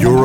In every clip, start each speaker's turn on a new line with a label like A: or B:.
A: You're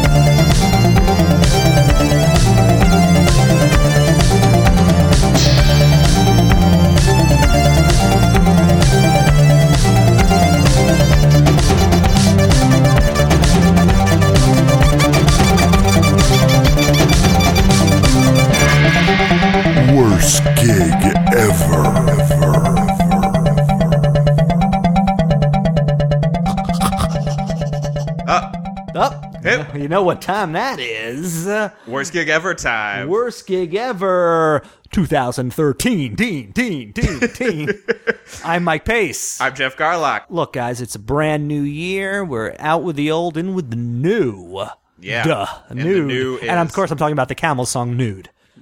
A: Worst gig ever.
B: Up.
C: Yep.
B: Oh, You know what time that is.
C: Worst gig ever time.
B: Worst gig ever. 2013. Dean, Dean, Dean, Dean. I'm Mike Pace.
C: I'm Jeff Garlock.
B: Look, guys, it's a brand new year. We're out with the old, in with the new.
C: Yeah.
B: Duh.
C: And the
B: nude.
C: new
B: And of
C: is-
B: course, I'm talking about the camel song Nude.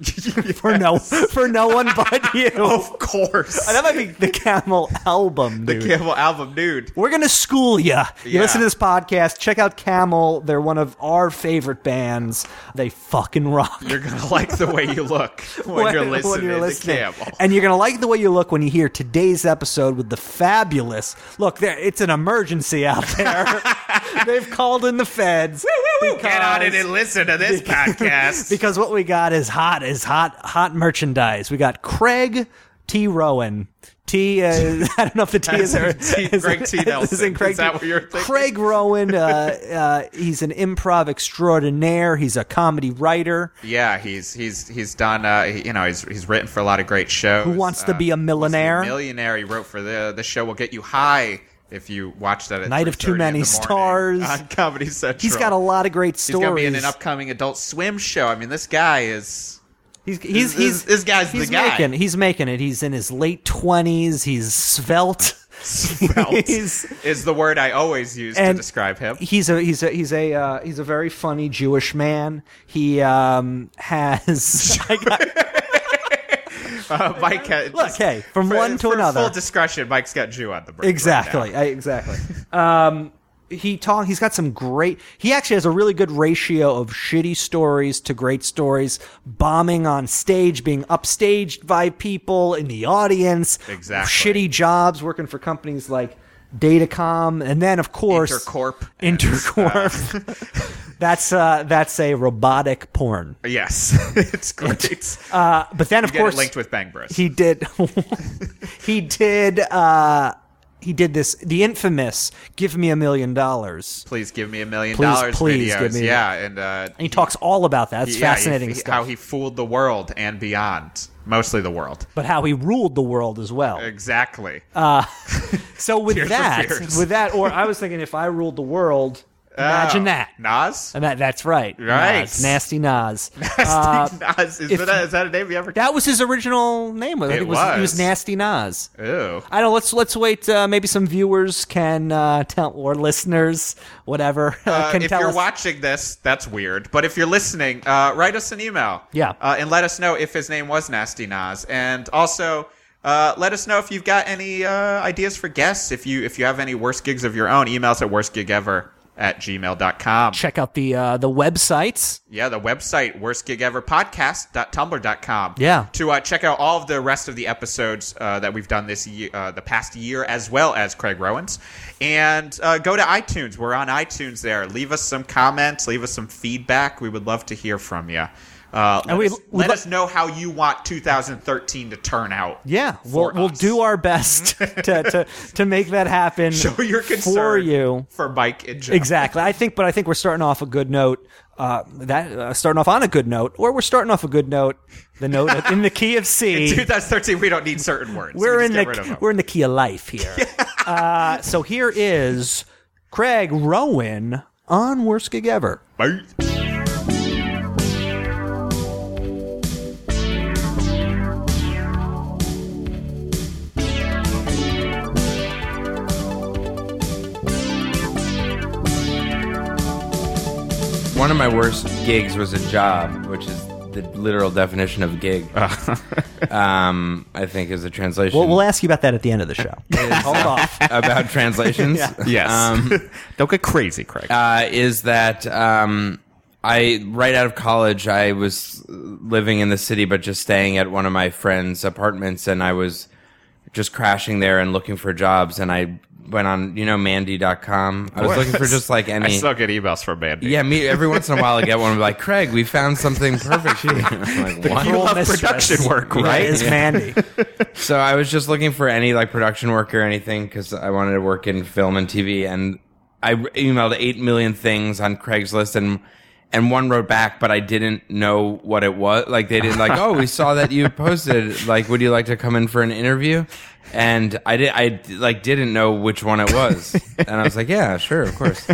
B: For no for no one
C: Oh,
B: but you.
C: Of course.
B: That might be the camel album,
C: the
B: dude.
C: Campbell album, dude.
B: We're gonna school ya. You
C: Yeah.
B: listen to this podcast. Check out Camel. They're one of our favorite bands. They fucking rock.
C: You're gonna like the way you look when, you're listening to Campbell.
B: and you're gonna like the way you look when you hear today's episode with the fabulous. Look, there, it's an emergency out there. They've called in the feds.
C: Get on it
B: because-
C: and listen to this podcast.
B: because what we got is hot is hot hot merchandise. We got Craig T. Rowan. T. Uh, I don't know if the T is there.
C: T- Craig T. Nelson.
B: in Craig
C: Is that
B: T-
C: what you're thinking?
B: Craig Rowan. Uh, uh, he's an improv extraordinaire. He's a comedy writer
C: yeah, he's he's he's done. Uh, he- you know, he's he's written for a lot of great shows.
B: who wants to
C: Uh,
B: be a millionaire.
C: millionaire. He wrote for the the show. Will get you high if you watch that. At
B: Night of Too
C: 3:30 in the
B: Many
C: morning
B: Stars.
C: on Comedy Central.
B: He's got a lot of great
C: He's
B: stories.
C: gonna be in an upcoming Adult Swim show. I mean, this guy is.
B: He's he's,
C: This-
B: he's
C: this guy's the
B: he's
C: guy.
B: Making, he's making it. He's in his late twenties. He's svelte.
C: Svelte
B: He's-
C: is the word I always use to
B: And
C: describe him.
B: He's a he's a he's a uh, he's a very funny Jewish man. He um has I got-
C: Uh, Mike, has,
B: look hey from
C: for-
B: one to
C: for
B: another
C: Full discretion. Mike's got Jew on the brain.
B: exactly I- exactly. um, he talk he's got some great. He actually has a really good ratio of shitty stories to great stories. Bombing on stage, being upstaged by people in the audience.
C: Exactly.
B: Shitty jobs working for companies like Datacom, and then of course
C: Intercorp and,
B: Intercorp. that's uh, that's a robotic porn.
C: Uh, Yes, it's great.
B: Uh, but then, of
C: Get it
B: course,
C: linked with Bang Bros.
B: he did. he did. Uh, he did this. The infamous "Give Me a Million Dollars."
C: please give me a million
B: Please,
C: dollars.
B: please
C: videos.
B: give me-
C: yeah, and uh,
B: And he talks all about that.
C: yeah,
B: It's
C: he-
B: fascinating
C: he-
B: stuff.
C: How he fooled the world and beyond, mostly the world.
B: but how he ruled the world as well.
C: Exactly.
B: Uh, So with
C: Tears for
B: that,
C: fears.
B: with that, or I was thinking, if I ruled the world, imagine
C: Oh,
B: that. Um,
C: Nas.
B: And that, that's right.
C: Right.
B: Nas, nasty Nas.
C: Nas. Is,
B: uh, if
C: that, a- is that a name you ever?
B: that was his original name. I think
C: It
B: it was, He was
C: was.
B: Nasty Nas.
C: Ew.
B: I don't. know, Let's let's wait. Uh, maybe some viewers can uh, tell or listeners, whatever,
C: Uh,
B: can
C: if
B: tell
C: you're
B: us.
C: watching this, that's weird. But if you're listening, uh, write us an email.
B: Yeah.
C: Uh, and let us know if his name was Nasty Nas. And also, uh, let us know if you've got any uh, ideas for guests. If you if you have any worst gigs of your own, email us at worstgigever at gmail.com.
B: Check out the uh, the websites.
C: Yeah, the website, worstgigeverpodcast.tumblr.com.
B: Yeah.
C: To uh, check out all of the rest of the episodes uh, that we've done this year, uh, the past year, as well as Craig Rowan's. And uh, go to iTunes. We're on iTunes there. Leave us some comments, leave us some feedback. We would love to hear from you. Uh, let
B: we-
C: us,
B: we
C: let
B: lo-
C: us know how you want 2013 to turn out.
B: Yeah,
C: for
B: we'll we'll
C: us. Mm-hmm.
B: do our best to, to to make that happen.
C: Show your concern
B: for you.
C: for Mike and Joe.
B: Exactly. I think, but I think we're starting off a good note. Uh, that uh, starting off on a good note, or we're starting off a good note. The note in the key of C.
C: 2013, we don't need certain words. We
B: we're
C: just
B: in
C: get rid of
B: the
C: them.
B: we're in the key of life here. uh, so here is Craig Rowan on worst gig ever.
C: Bye.
D: One of my worst gigs was a job, which is the literal definition of gig. um, I think is a translation
B: Well, we'll ask you about that at the end of the show. Hold off.
D: about translations.
C: Um, Uh, Yes. Don't get crazy, Craig.
D: uh, is that um, I right out of college, I was living in the city, but just staying at one of my friends' apartments, and I was just crashing there and looking for jobs. And I went on, you know, Mandy.com. I was looking for just like any.
C: I still get emails from Mandy.
D: yeah, me every once in a while I get one like Craig, we found something perfect. for you." I'm like, what?
C: You
B: Cruel
C: love
B: mistress.
C: production work,
B: Yeah,
C: right?
B: Is Mandy.
D: So I was just looking for any like production work or anything because I wanted to work in film and TV, and I re- emailed eight million things on Craigslist, and and one wrote back, but I didn't know what it was. Like they didn't like, oh, we saw that you posted. Like, would you like to come in for an interview? And I did, I like didn't know which one it was, and I was like, yeah, sure, of course.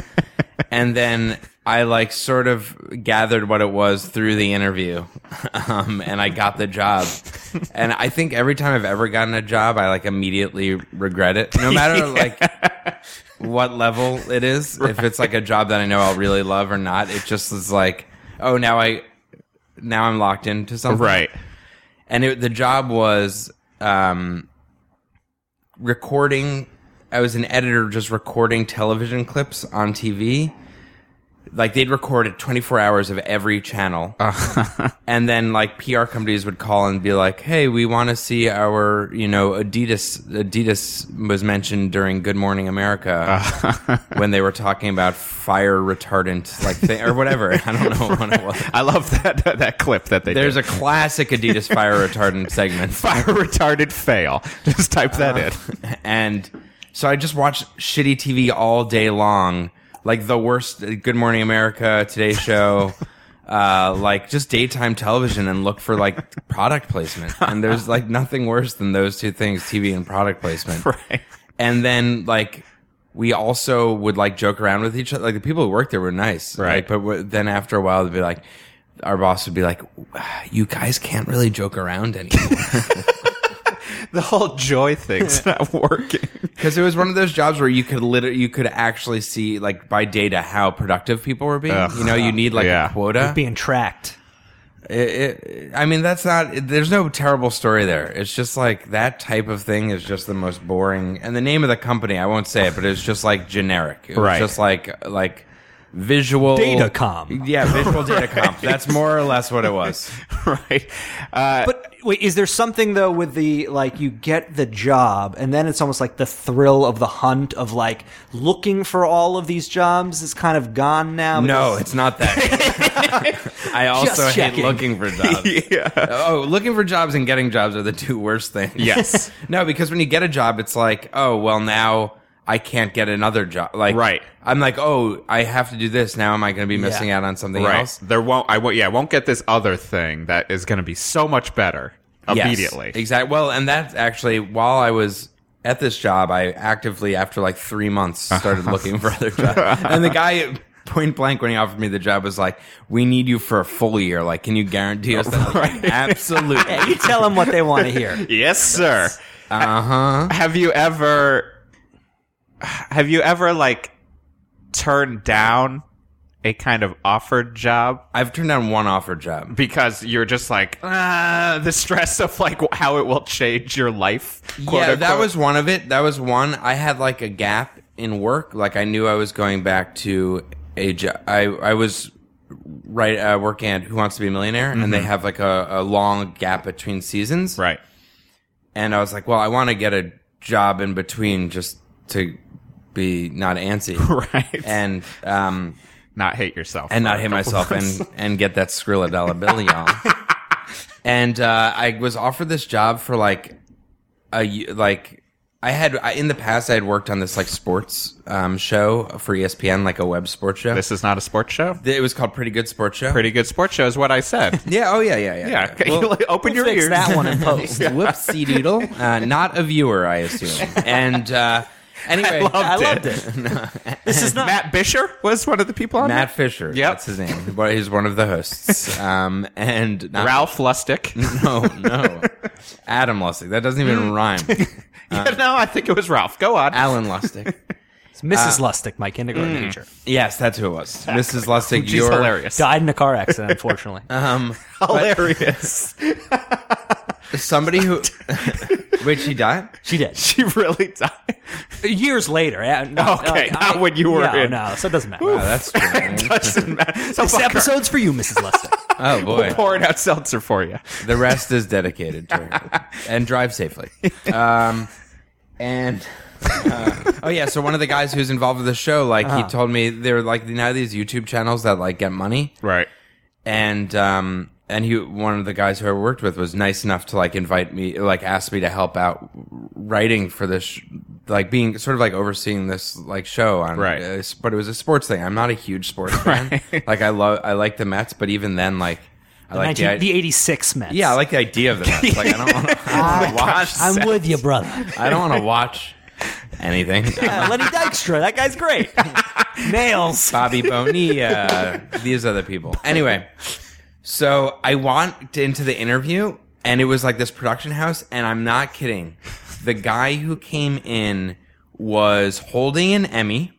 D: And then I like sort of gathered what it was through the interview, um, and I got the job. And I think every time I've ever gotten a job, I like immediately regret it, no matter like what level it is. If it's like a job that I know I'll really love or not, it just is like, oh, now I, now I'm locked into something,
C: Right.
D: and it, the job was um, recording. I was an editor, just recording television clips on TV. Like they'd record at 24 hours of every channel, and then like PR companies would call and be like, "Hey, we want to see our, you know, Adidas. Adidas was mentioned during Good Morning America when they were talking about fire retardant, like thing, or whatever. I don't know what it was.
C: I love that that clip that they
D: There's
C: did.
D: a classic Adidas fire retardant segment.
C: fire retarded fail. Just type that in.
D: and so I just watched shitty TV all day long, like the worst Good Morning America, Today Show, uh, like just daytime television, and looked for like product placement. And there's like nothing worse than those two things, TV and product placement.
C: Right.
D: And then like we also would like joke around with each other. Like the people who worked there were nice,
C: Right.
D: Like, but w- then after a while, they'd be like. Our boss would be like, "You guys can't really joke around anymore."
C: The whole joy thing's not working.
D: Because it was one of those jobs where you could literally, you could actually see like by data how productive people were being.
C: Ugh.
D: you know, you need like
C: Yeah.
D: a quota.
B: Being tracked.
D: It- it- I mean, that's not. There's no terrible story there. It's just like that type of thing is just the most boring. And the name of the company, I won't say it, but it's just like generic. It was
C: Right.
D: Just like like visual
B: Datacom.
D: Yeah, visual data comp. That's more or less what it was.
C: right. Uh,
B: But wait, is there something though with the like you get the job and then it's almost like the thrill of the hunt of like looking for all of these jobs is kind of gone now?
D: No,
B: because-
D: it's not that. I also hate
B: checking.
D: looking for jobs. Oh, looking for jobs and getting jobs are the two worst things.
C: Yes.
D: no, because when you get a job, it's like, oh, well, now I can't get another job. Like,
C: Right.
D: I'm like, oh, I have to do this. Now am I going to be missing out on something
C: right.
D: else?
C: There won't. I won't. Yeah. I won't get this other thing that is going to be so much better immediately.
D: Exactly. Well, and that's actually while I was at this job, I actively after like three months started looking for other jobs. And the guy point blank when he offered me the job was like, "We need you for a full year. Like, can you guarantee us that?" Like, Absolutely.
B: Yeah, you tell them what they want to hear.
C: Yes, sir. Uh huh. Have you ever? Have you ever like turned down a kind of offered job
D: I've turned down one offer job.
C: because you're just like ah, the stress of like wh- how it will change your life? quote
D: yeah, that
C: unquote.
D: was one of it. That was one. I had like a gap in work. Like I knew I was going back to a job. I, I was right uh, working at Who Wants to Be a Millionaire, and
C: Mm-hmm.
D: they have like a, a long gap between seasons.
C: right.
D: And I was like, well, I want to get a job in between just to be not antsy.
C: Right.
D: And um
C: Not hate yourself
D: and not hit myself and and get that Skrilla dollar bill, y'all. and uh, I was offered this job for like a y- like I had I, in the past I had worked on this like sports um, show for ESPN, like a web sports show.
C: This is not a sports show.
D: it was called Pretty Good Sports Show.
C: Pretty good sports show is what I said.
D: Yeah. Oh yeah. Yeah. Yeah.
C: yeah. okay, Open your
B: Fix
C: ears.
B: that one in post.
D: Whoopsie doodle. Uh, not a viewer, I assume. And uh, anyway,
B: I loved it. This is not.
C: Matt Bisher was one of the people on
D: Matt Fisher.
C: Yep.
D: That's his name. Well, He's one of the hosts. Um, and
C: that.
D: not-
C: Ralph Lustick.
D: No, no. Adam Lustig. That doesn't even rhyme.
C: Yeah, no, I think it was Ralph. Go on.
D: Alan Lustig.
B: It's
C: Uh,
B: Mrs. Lustick, my kindergarten
C: mm.
B: teacher,
D: Yes, that's who it was. Mrs. Lustig.
C: She's
D: you're
C: hilarious.
B: died in a car accident,
C: Uh-huh.
B: unfortunately.
D: Um,
C: hilarious.
D: somebody who Wait, she died?
B: She did.
C: She really died.
B: Years later. eh, not-
C: Okay,
B: uh,
C: not when you were
B: no,
C: in.
B: No, so it doesn't matter.
D: Oh, that's strange.
C: Doesn't matter. So
B: This
C: fuck her.
B: episode's for you, Mrs. Lester.
D: Oh boy.
C: We're pouring out seltzer for you.
D: The rest is dedicated to her. and drive safely. Um, and uh, oh yeah, so one of the guys who's involved with the show, like
C: Uh-huh.
D: he told me, there are like now these YouTube channels that like get money,
C: Right.
D: and um, and he one of the guys who I worked with was nice enough to like invite me, like ask me to help out writing for this, sh- like being sort of like overseeing this like show on,
C: Right.
D: uh, s- but it was a sports thing. I'm not a huge sports fan. Like I love, I like the Mets, but even then, like I like
B: 19,
D: the,
B: the 86 Mets.
D: yeah, I like the idea of the Mets. Like I don't want to watch.
B: I'm with you, brother.
D: I don't want to watch anything.
B: Yeah, Lenny Dykstra, that guy's great. Nails.
D: Bobby Bonilla. These other people. Anyway, so I walked into the interview, and it was like this production house, and I'm not kidding. The guy who came in was holding an Emmy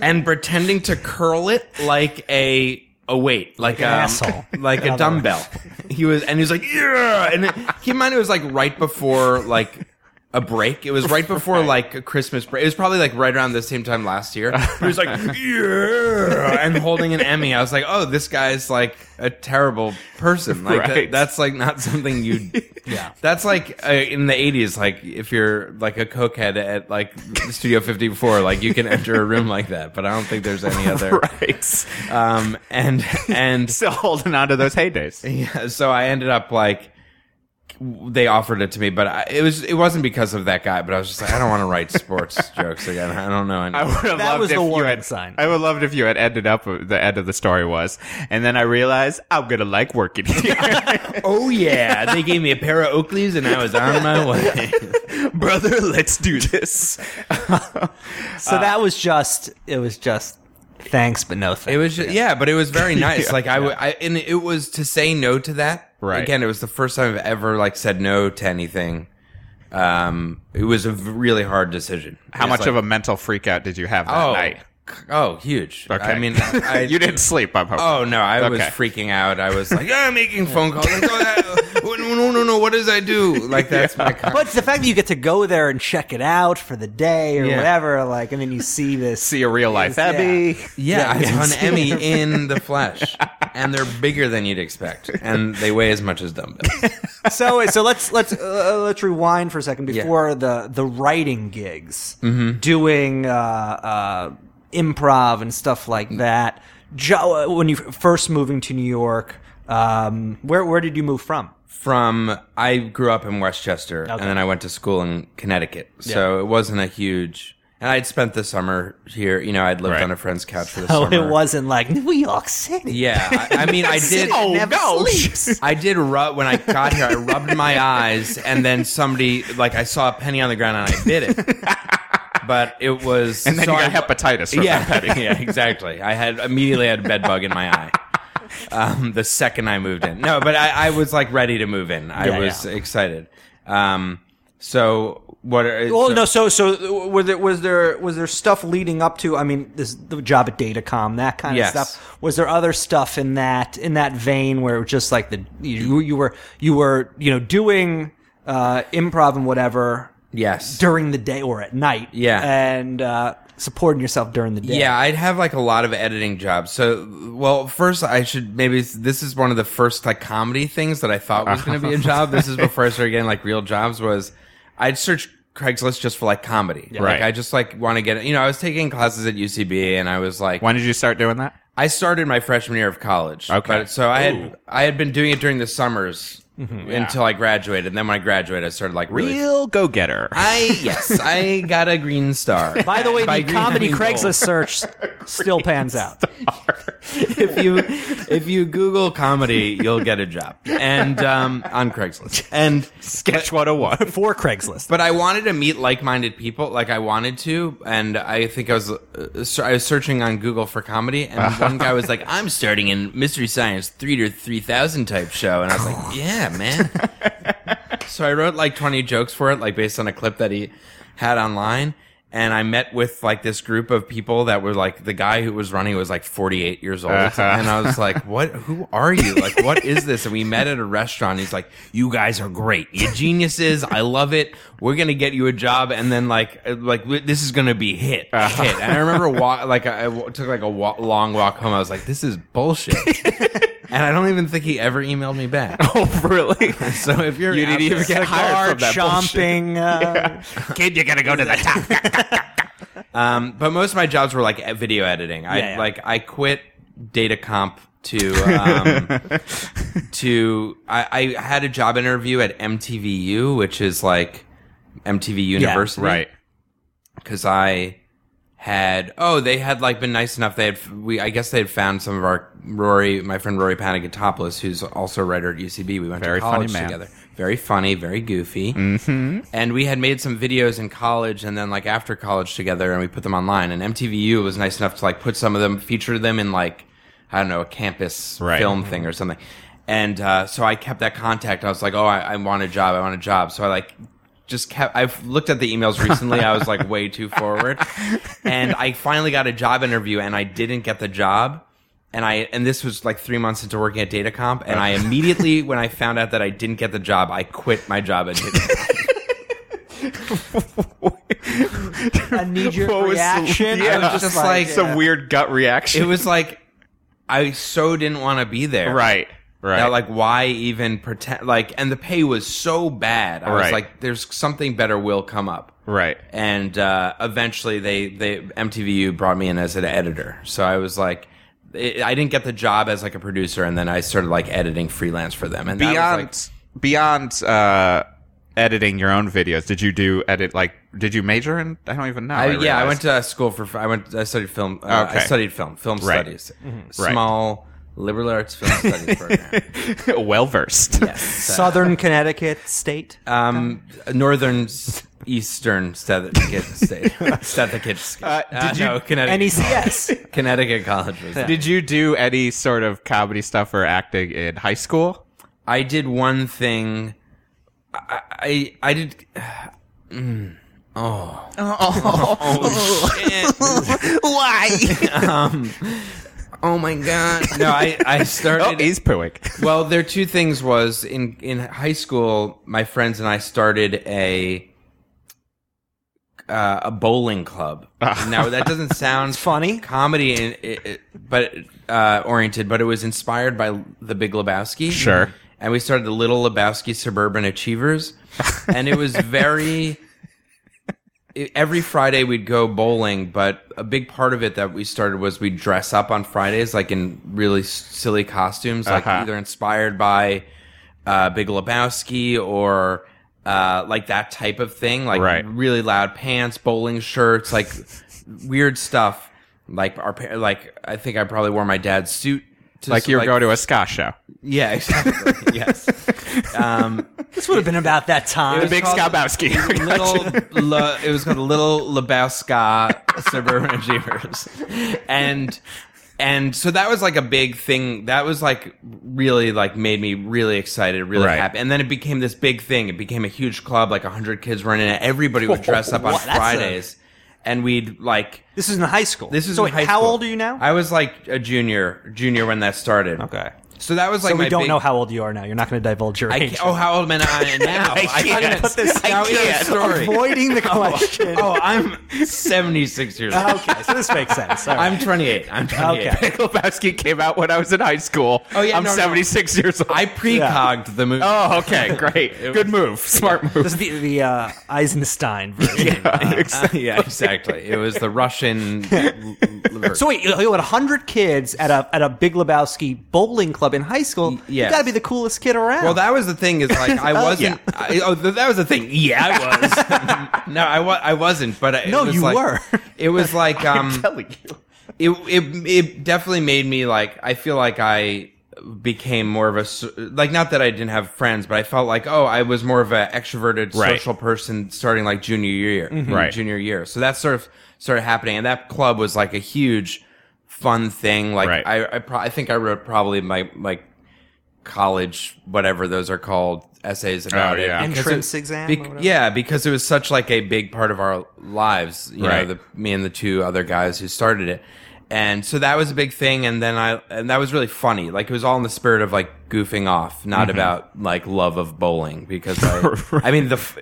D: and pretending to curl it like a a weight, like,
B: an
D: um,
B: asshole.
D: like a dumbbell. He was, and he was like, yeah. And it, keep in mind, it was like right before like a break. It was right before like a Christmas break. It was probably like right around the same time last year. He was like, yeah, and holding an Emmy. I was like, oh, this guy's like a terrible person. Like that-
C: Right.
D: that's like not something you.
B: Yeah.
D: That's like uh, in the '80s. Like if you're like a cokehead at like Studio 54, like you can enter a room like that. But I don't think there's any other.
C: Right.
D: Um, and and
C: Still holding on to those heydays.
D: yeah, so I ended up like they offered it to me, but I, it was it wasn't because of that guy. But I was just like, I don't want to write sports jokes again. I don't know.
C: I would
D: Any-
C: have
B: That
C: loved
B: was
C: if
B: the
C: you
B: warning
C: had,
B: sign.
C: I would loved if you had ended up with the end of the story was, and then I realized I'm gonna like working here,
D: oh yeah, they gave me a pair of Oakleys and I was on my way.
C: brother. Let's do this.
B: So that was just, it was just thanks, but no thanks.
D: It was just, yeah, but it was very nice. Like I, w- I- and it was to say no to that.
C: Right.
D: Again, it was the first time I've ever like said no to anything. Um, it was a v- really hard decision.
C: How
D: It's
C: much
D: like,
C: of a mental freak out did you have that
D: oh
C: night?
D: c- oh huge.
C: Okay.
D: I mean, I,
C: you didn't sleep. I'm hoping.
D: Oh no, I was
C: Okay.
D: freaking out. I was like, I'm making phone calls. Like, oh, that, oh, no, no, no, no. What does I do? Like that's my. Con-
B: But it's the fact that you get to go there and check it out for the day or
D: Yeah.
B: whatever, like, and then you see this.
C: see a real life
B: Yeah.
C: Abby.
D: yeah, I saw an Emmy in the flesh, and they're bigger than you'd expect, and they weigh as much as dumbbells.
B: so so let's let's uh, let's rewind for a second before the the writing gigs, doing uh, uh, improv and stuff like that. Jo- uh, when you f- first moving to New York, um, where where did you move from?
D: From I grew up in Westchester,
B: Okay.
D: and then I went to school in Connecticut, so it wasn't a huge. And I'd spent the summer here. You know, I'd lived
C: Right.
D: on a friend's couch for the
B: Oh,
D: summer.
B: it wasn't like New York City.
D: Yeah, I, I mean, I did.
C: Oh no!
D: I did rub when I got here. I rubbed my eyes, and then somebody like I saw a penny on the ground, and I bit it. But it was
C: and then
D: so
C: you
D: I-
C: got hepatitis. From that
D: Yeah,
C: petty.
D: yeah, exactly. I had immediately had a bed bug in my eye. Um, the second I moved in, no, but I, I was like ready to move in. I
B: Yeah,
D: was
B: yeah.
D: excited. Um, so what? Are,
B: Well,
D: so-
B: no. So, so were there was there was there stuff leading up to? I mean, this the job at Datacom, that kind
D: Yes.
B: of stuff. Was there other stuff in that in that vein where it was just like the you, you were you were you know doing uh, improv and whatever
D: yes,
B: during the day or at night,
D: Yeah.
B: and uh, supporting yourself during the day.
D: Yeah, I'd have like a lot of editing jobs. So, well, first I should maybe this is one of the first like comedy things that I thought was going to be a job. This is before I started getting like real jobs. Was I'd search Craigslist just for like comedy. Like
C: Right.
D: I just like want to get you know I was taking classes at UCB and I was like
C: When did you start doing that?
D: I started my freshman year of college.
C: Okay.
D: but- so I had I had been doing it during the summers until I graduated. And then when I graduated, I started like really.
C: Real go getter.
D: I yes, I got a green star.
B: By the way,
D: By
B: the
D: green, I
B: comedy
D: mean gold.
B: Craigslist search still pans out.
D: if you if you Google comedy, you'll get a job and um, on Craigslist. And
C: Sketch 101.
B: For Craigslist,
D: but I wanted to meet like-minded people, like I wanted to, and I think I was uh, ser- I was searching on Google for comedy, and one guy was like, "I'm starting in Mystery Science three to three thousand type show," and I was like, "Yeah, man." so I wrote like twenty jokes for it, like based on a clip that he had online. and I met with like this group of people that were like the guy who was running was like 48 years old,
C: Uh-huh.
D: and I was like, "What? Who are you? Like, what is this?" And we met at a restaurant. He's like, "You guys are great. You geniuses. I love it. We're gonna get you a job, and then like, uh, like w- this is gonna be hit,
C: Uh-huh.
D: hit." And I remember walk like I I w- took like a wa- long walk home. I was like, "This is bullshit." And I don't even think he ever emailed me back.
C: Oh, really?
D: So if you're
C: You didn't
D: out
C: even
D: there-
C: get hired
B: Hard
C: from that
B: chomping. Uh,
C: Kid, you're gonna go to the top.
D: Um, but most of my jobs were like e- video editing. I
B: Yeah, yeah.
D: like I quit data comp to um, to I, I had a job interview at MTVU, which is like MTV University,
C: right.
D: Because I had oh they had like been nice enough they had we I guess they had found some of our Rory my friend Rory Panagiotopoulos who's also a writer at UCB we went
C: Very
D: to
C: funny
D: college
C: man. Mm-hmm.
D: together very funny very goofy and we had made some videos in college and then like after college together and we put them online and mtvu was nice enough to like put some of them feature them in like i don't know a campus
C: Right.
D: film thing or something and uh, so i kept that contact i was like oh I, I want a job i want a job so i like just kept i've looked at the emails recently i was like way too forward and i finally got a job interview and i didn't get the job and I and this was like three months into working at Datacomp, and I immediately, when I found out that I didn't get the job, I quit my job at Datacomp.
B: a knee-jerk
C: What was the-
B: reaction. I
C: yeah.
B: was just
D: Just
B: like,
D: like
B: yeah.
D: Yeah.
C: Some weird gut reaction.
D: it was like I so didn't want to be there.
C: right. Right.
D: That, like why even pretend like and the pay was so bad. I was
C: Right.
D: like, there's something better will come up.
C: right.
D: And uh, eventually they they MTVU brought me in as an editor. So I was like it, I didn't get the job as like a producer and then I started like editing freelance for them. And that was,
C: Beyond
D: like,
C: beyond uh, editing your own videos, did you do edit like did you major in I don't even know.
D: I, yeah, I
C: realized.
D: went to uh, school for. I went. I studied film. Uh,
C: Okay.
D: I studied film. Film
C: Right.
D: studies. Small liberal arts film studies program.
C: well versed.
B: Southern Connecticut State.
D: Um, northern s- eastern Connecticut state. Connecticut. Uh,
C: did you-
D: no, Connecticut?
B: NECS.
D: Connecticut College was.
C: Did you do any sort of comedy stuff or acting in high school?
D: I did one thing. I I, I did. Mm. oh. oh shit.
C: Oh.
D: Um,
C: Why?
D: Oh my god! No, I I
C: oh,
D: started.
C: he's pooing.
D: well, there are two things. Was in in high school, my friends and I started a uh, a bowling club.
C: Ah.
D: now that doesn't sound
B: funny.
D: comedy, in, it, it, but uh, oriented. But it was inspired by The Big Lebowski.
C: Sure.
D: And we started the Little Lebowski Suburban Achievers, and it was very it- every Friday we'd go bowling, but a big part of it that we started was we'd dress up on Fridays, like in really s- silly costumes, like
C: Uh-huh.
D: either inspired by uh, Big Lebowski or uh, like that type of thing, like
C: Right.
D: really loud pants, bowling shirts, like weird stuff. Like our, pa- like I think I probably wore my dad's suit. To
C: Like
D: s-
C: you were going to a ska show.
D: yeah, exactly, yes. Um,
B: This would have been about that time.
D: It
C: The
D: was
C: big
D: called-
C: Skabowski.
D: little Le, it was called Little Lebowska Suburban Achievers, and and so that was like a big thing. That was like really like made me really excited, really
C: Right.
D: happy. And then it became this big thing. It became a huge club, like hundred kids running it. Everybody would dress up on
B: Wow, that's a-
D: Fridays, and we'd like.
B: this is in high school.
D: This is
B: so
D: in
B: wait,
D: high
B: how
D: school.
B: old are you now?
D: I was like a junior, junior when that started.
B: Okay.
D: so that was like
B: so we
D: my
B: don't
D: big-
B: know how old you are now. You're not going to divulge your
D: I
B: age.
D: can't, oh, how old am I now? I,
B: can't put this- I
D: Now is the
B: can't.
D: story.
B: Avoiding the question.
D: Oh, I'm 76 years old.
B: okay, so this makes sense. All right.
D: I'm 28. I'm 28.
B: Okay.
C: Big Lebowski came out when I was in high school.
D: Oh, yeah,
C: I'm
D: no, no.
C: 76 years old.
D: I precogged the movie.
C: oh, okay, great, good move, smart move.
B: This is the, the uh, Eisenstein version.
C: exactly.
D: yeah, exactly. It was the Russian. l- l-
B: So wait, you you had hundred kids at a at a Big Lebowski bowling club in high school.
D: yes.
B: You got to be the coolest kid around.
D: well, that was the thing. Is like I wasn't.
C: yeah.
D: I, oh, th- that was the thing. Yeah, I was. no, I was. I wasn't. But I- it
B: No,
D: was
B: you
D: like-
B: were.
D: It was like um.
C: telling you.
D: it, it it definitely made me like I feel like I became more of a s- like not that I didn't have friends, but I felt like oh I was more of an extroverted
C: Right. Mm-hmm.
D: social person starting like junior year,
C: Right.
D: Junior year, so that sort of started happening, and that club was like a huge fun thing. Like
C: Right.
D: I I, pro- I think I wrote probably my like college whatever those are called essays about
C: Oh, yeah.
D: it. because
B: Entrance
D: it-
B: exam or whatever?
D: yeah, because it was such like a big part of our lives. You
C: Right.
D: know, the, me and the two other guys who started it, and so that was a big thing. And then I and that was really funny. Like it was all in the spirit of like goofing off, not
C: Mm-hmm.
D: about like love of bowling. Because I, I mean, the f-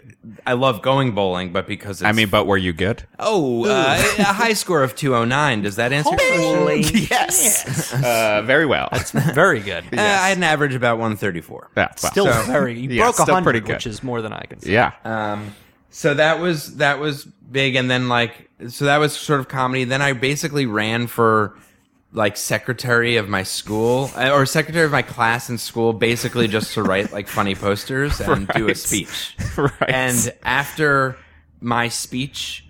D: I love going bowling, but because it's,
C: I mean, but were you good?
D: oh, uh, a high score of two oh nine. Does that answer? your question?
B: Holy
C: Yes. Uh, very well.
B: Very good.
D: Uh, I had an average of about one thirty four.
C: Yeah, well.
B: Still very. You
C: yeah,
B: broke
C: still
B: a
C: pretty
B: hundred,
C: good.
B: which is more than I can. Say.
C: yeah.
D: Uh, so that was that was big and then like so that was sort of comedy then i basically ran for like secretary of my school uh, or secretary of my class in school basically just to write like funny posters and do a
C: Right.
D: speech
C: Right.
D: and after my speech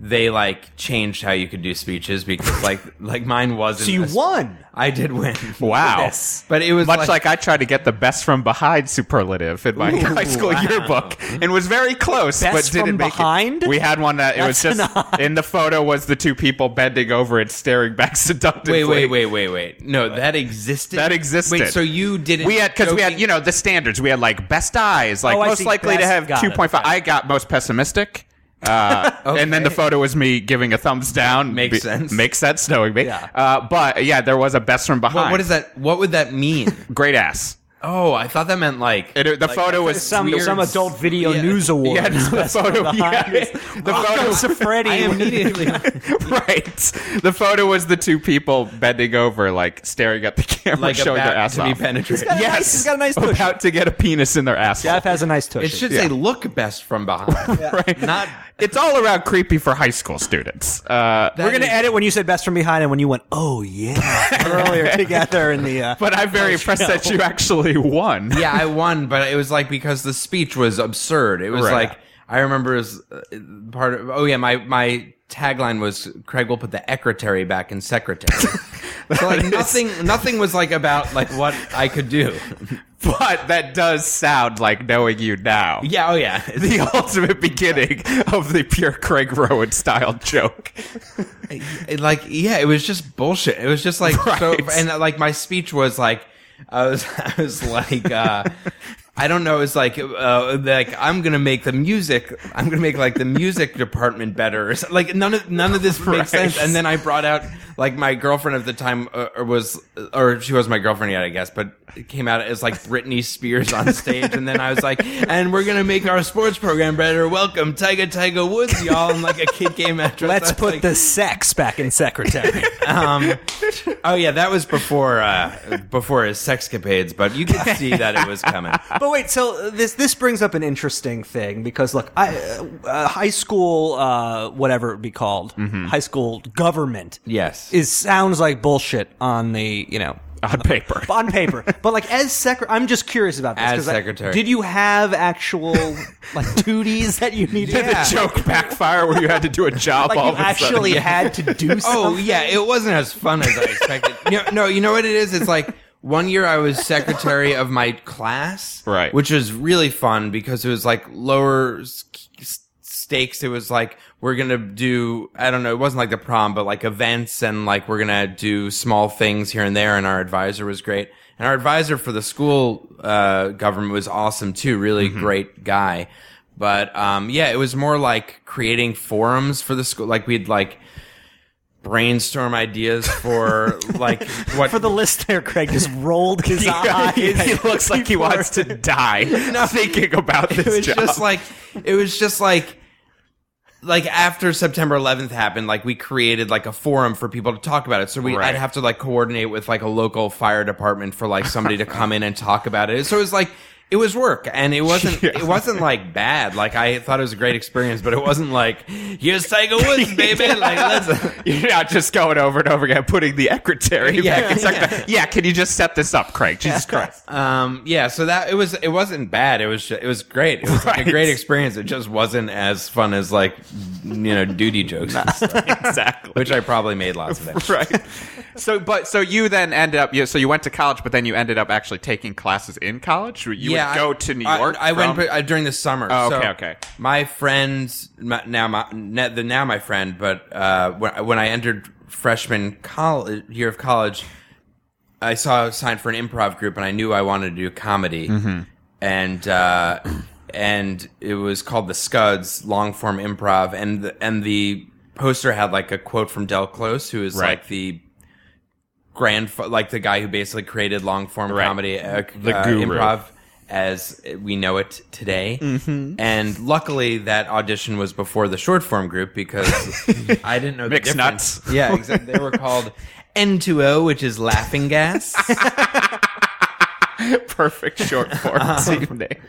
D: they like changed how you could do speeches because like like mine wasn't
B: So you
D: a sp-
B: won.
D: i did win
C: Wow.
B: Yes.
D: but it was
C: Much like, I tried to get the best from behind superlative in my high school
D: wow.
C: yearbook, and was very close,
B: Best
C: but didn't
B: from
C: make
B: behind?
C: it. We had one that it was
B: That's
C: just in the photo was the two people bending over and staring back seductively.
D: wait wait wait wait wait no that existed
C: That existed.
D: wait so you didn't
C: We had because we had
D: joking-
C: you know the standards. We had like best eyes, like
B: Oh, I
C: most
B: see.
C: likely to
B: Best-
C: have
B: got
C: two
B: it.
C: point five. I got most pessimistic. Uh, And then the photo was me giving a thumbs down.
D: Makes sense.
C: Makes sense, knowing me.
B: Yeah.
C: Uh, but yeah, there was a best from behind.
D: What, what is that? What would that mean?
C: Great ass.
D: oh, I thought that meant like
C: It, the photo was
B: Some
D: weird.
B: some adult video
D: Yeah.
B: news award.
C: Yeah, no, the photo. Yeah, the photo
B: Welcome to Freddie.
D: I immediately
C: right. The photo was the two people bending over, like staring at the camera,
D: like
C: showing their
D: about
C: ass
D: to be
C: off.
B: He's
D: penetrated.
B: got a nice-
C: yes,
B: he's got a nice tushy.
C: about to get a penis in their ass.
B: Jeff has a nice tushy.
D: It should say "look best from behind."
C: right.
D: Not
C: it's all around creepy for high school students. Uh,
B: We're gonna
D: is-
B: edit when you said best from behind and when you went oh yeah earlier together in the. Uh,
C: but I'm very impressed that you actually won.
D: yeah, I won, but it was like because the speech was absurd. It was
C: Right.
D: like I remember it was uh, part of. Oh yeah, my my tagline was Craig will put the secretary back in secretary. so like nothing, nothing was like about like what I could do.
C: But that does sound like knowing you now.
D: Yeah, oh yeah, It's-
C: The ultimate beginning of the pure Craig Rowan style joke.
D: it, like yeah it was just bullshit it was just like so
C: Right.
D: and uh, like my speech was like i was i was like uh I don't know. It's like, uh, like I'm gonna make the music. I'm gonna make like the music department better. or so- Like none of none of this makes
C: Right.
D: sense. And then I brought out like my girlfriend at the time uh, or was or she was my girlfriend yet, I guess, but it came out as like Britney Spears on stage. And then I was like, and we're gonna make our sports program better. Welcome, Tyga Tyga Woods, y'all. And like a kid came after. us. I
B: Let's
D: was
B: put
D: like,
B: the sex back in secretary.
D: Oh yeah, that was before uh, before his sexcapades, but you could see that it was coming.
B: but wait, so uh, this this brings up an interesting thing because look, I, uh, uh, high school, uh, whatever it be called,
C: Mm-hmm.
B: high school government,
D: Yes.
B: is sounds like bullshit on the you know
C: On paper.
B: on paper. but like as secretary, I'm just curious about this.
D: As
B: 'cause I-
D: secretary.
B: did you have actual like duties that you needed?
D: Yeah.
B: to
C: The joke backfire where you had to do a job
B: Like
C: all
B: you
C: of a sudden.
B: actually had to do. Something?
D: Oh yeah, it wasn't as fun as I expected. no, no, you know what it is? It's like one year I was secretary of my class,
C: Right.
D: Which was really fun because it was like lower s- s- stakes. It was like we're gonna do I don't know. It wasn't like the prom, but like events and like we're gonna do small things here and there. And our advisor was great. And our advisor for the school uh, government was awesome too. Really great guy. But um, yeah, it was more like creating forums for the school. Like we'd like brainstorm ideas for like what
B: For the listener, Craig just rolled his
C: Yeah, he, he
B: eyes.
C: looks like he wants to die thinking about
D: it was
C: this job.
D: just like it was just like like after September 11th happened like we created like a forum for people to talk about it so we
C: Right.
D: I'd have to like coordinate with like a local fire department for like somebody to come in and talk about it so it was like it was work and it wasn't it wasn't like bad like I thought it was a great experience but it wasn't like here's Tiger Woods baby like let's
C: You're not just going over and over again, putting the secretary
D: Yeah,
C: back in secretary. Yeah. can you just set this up, Craig? Jesus Christ.
D: Um, yeah, so that it was it wasn't bad. It was ju- it was great. It was like
C: Right.
D: a great experience. It just wasn't as fun as like you know duty jokes, and stuff,
C: exactly.
D: which I probably made lots of. Actually.
C: right. So, but so you then ended up. You, so you went to college, but then you ended up actually taking classes in college. You
D: yeah,
C: would go to New
D: I-
C: York.
D: I, went
C: from-
D: but, uh, during the summer.
C: Oh,
D: so
C: okay, okay.
D: My friends my, now my ne- the now my friend, but uh, when when I entered freshman college year
C: Mm-hmm.
D: of college, I saw a sign for an improv group, and I knew I wanted to do comedy. and uh, and it was called the Scuds long form improv, and the, and the poster had like a quote from Del Close, who is
C: Right.
D: like the grand like the guy who basically created long form
C: Right.
D: comedy uh,
E: The
D: uh,
E: guru.
D: improv as we know it today. And luckily, that audition was before the short form group because I didn't know
C: Mixed
D: the difference.
C: nuts.
D: Yeah, exactly. They were called N2O, which is laughing gas,
C: Perfect short form
D: Uh-huh.
C: team name.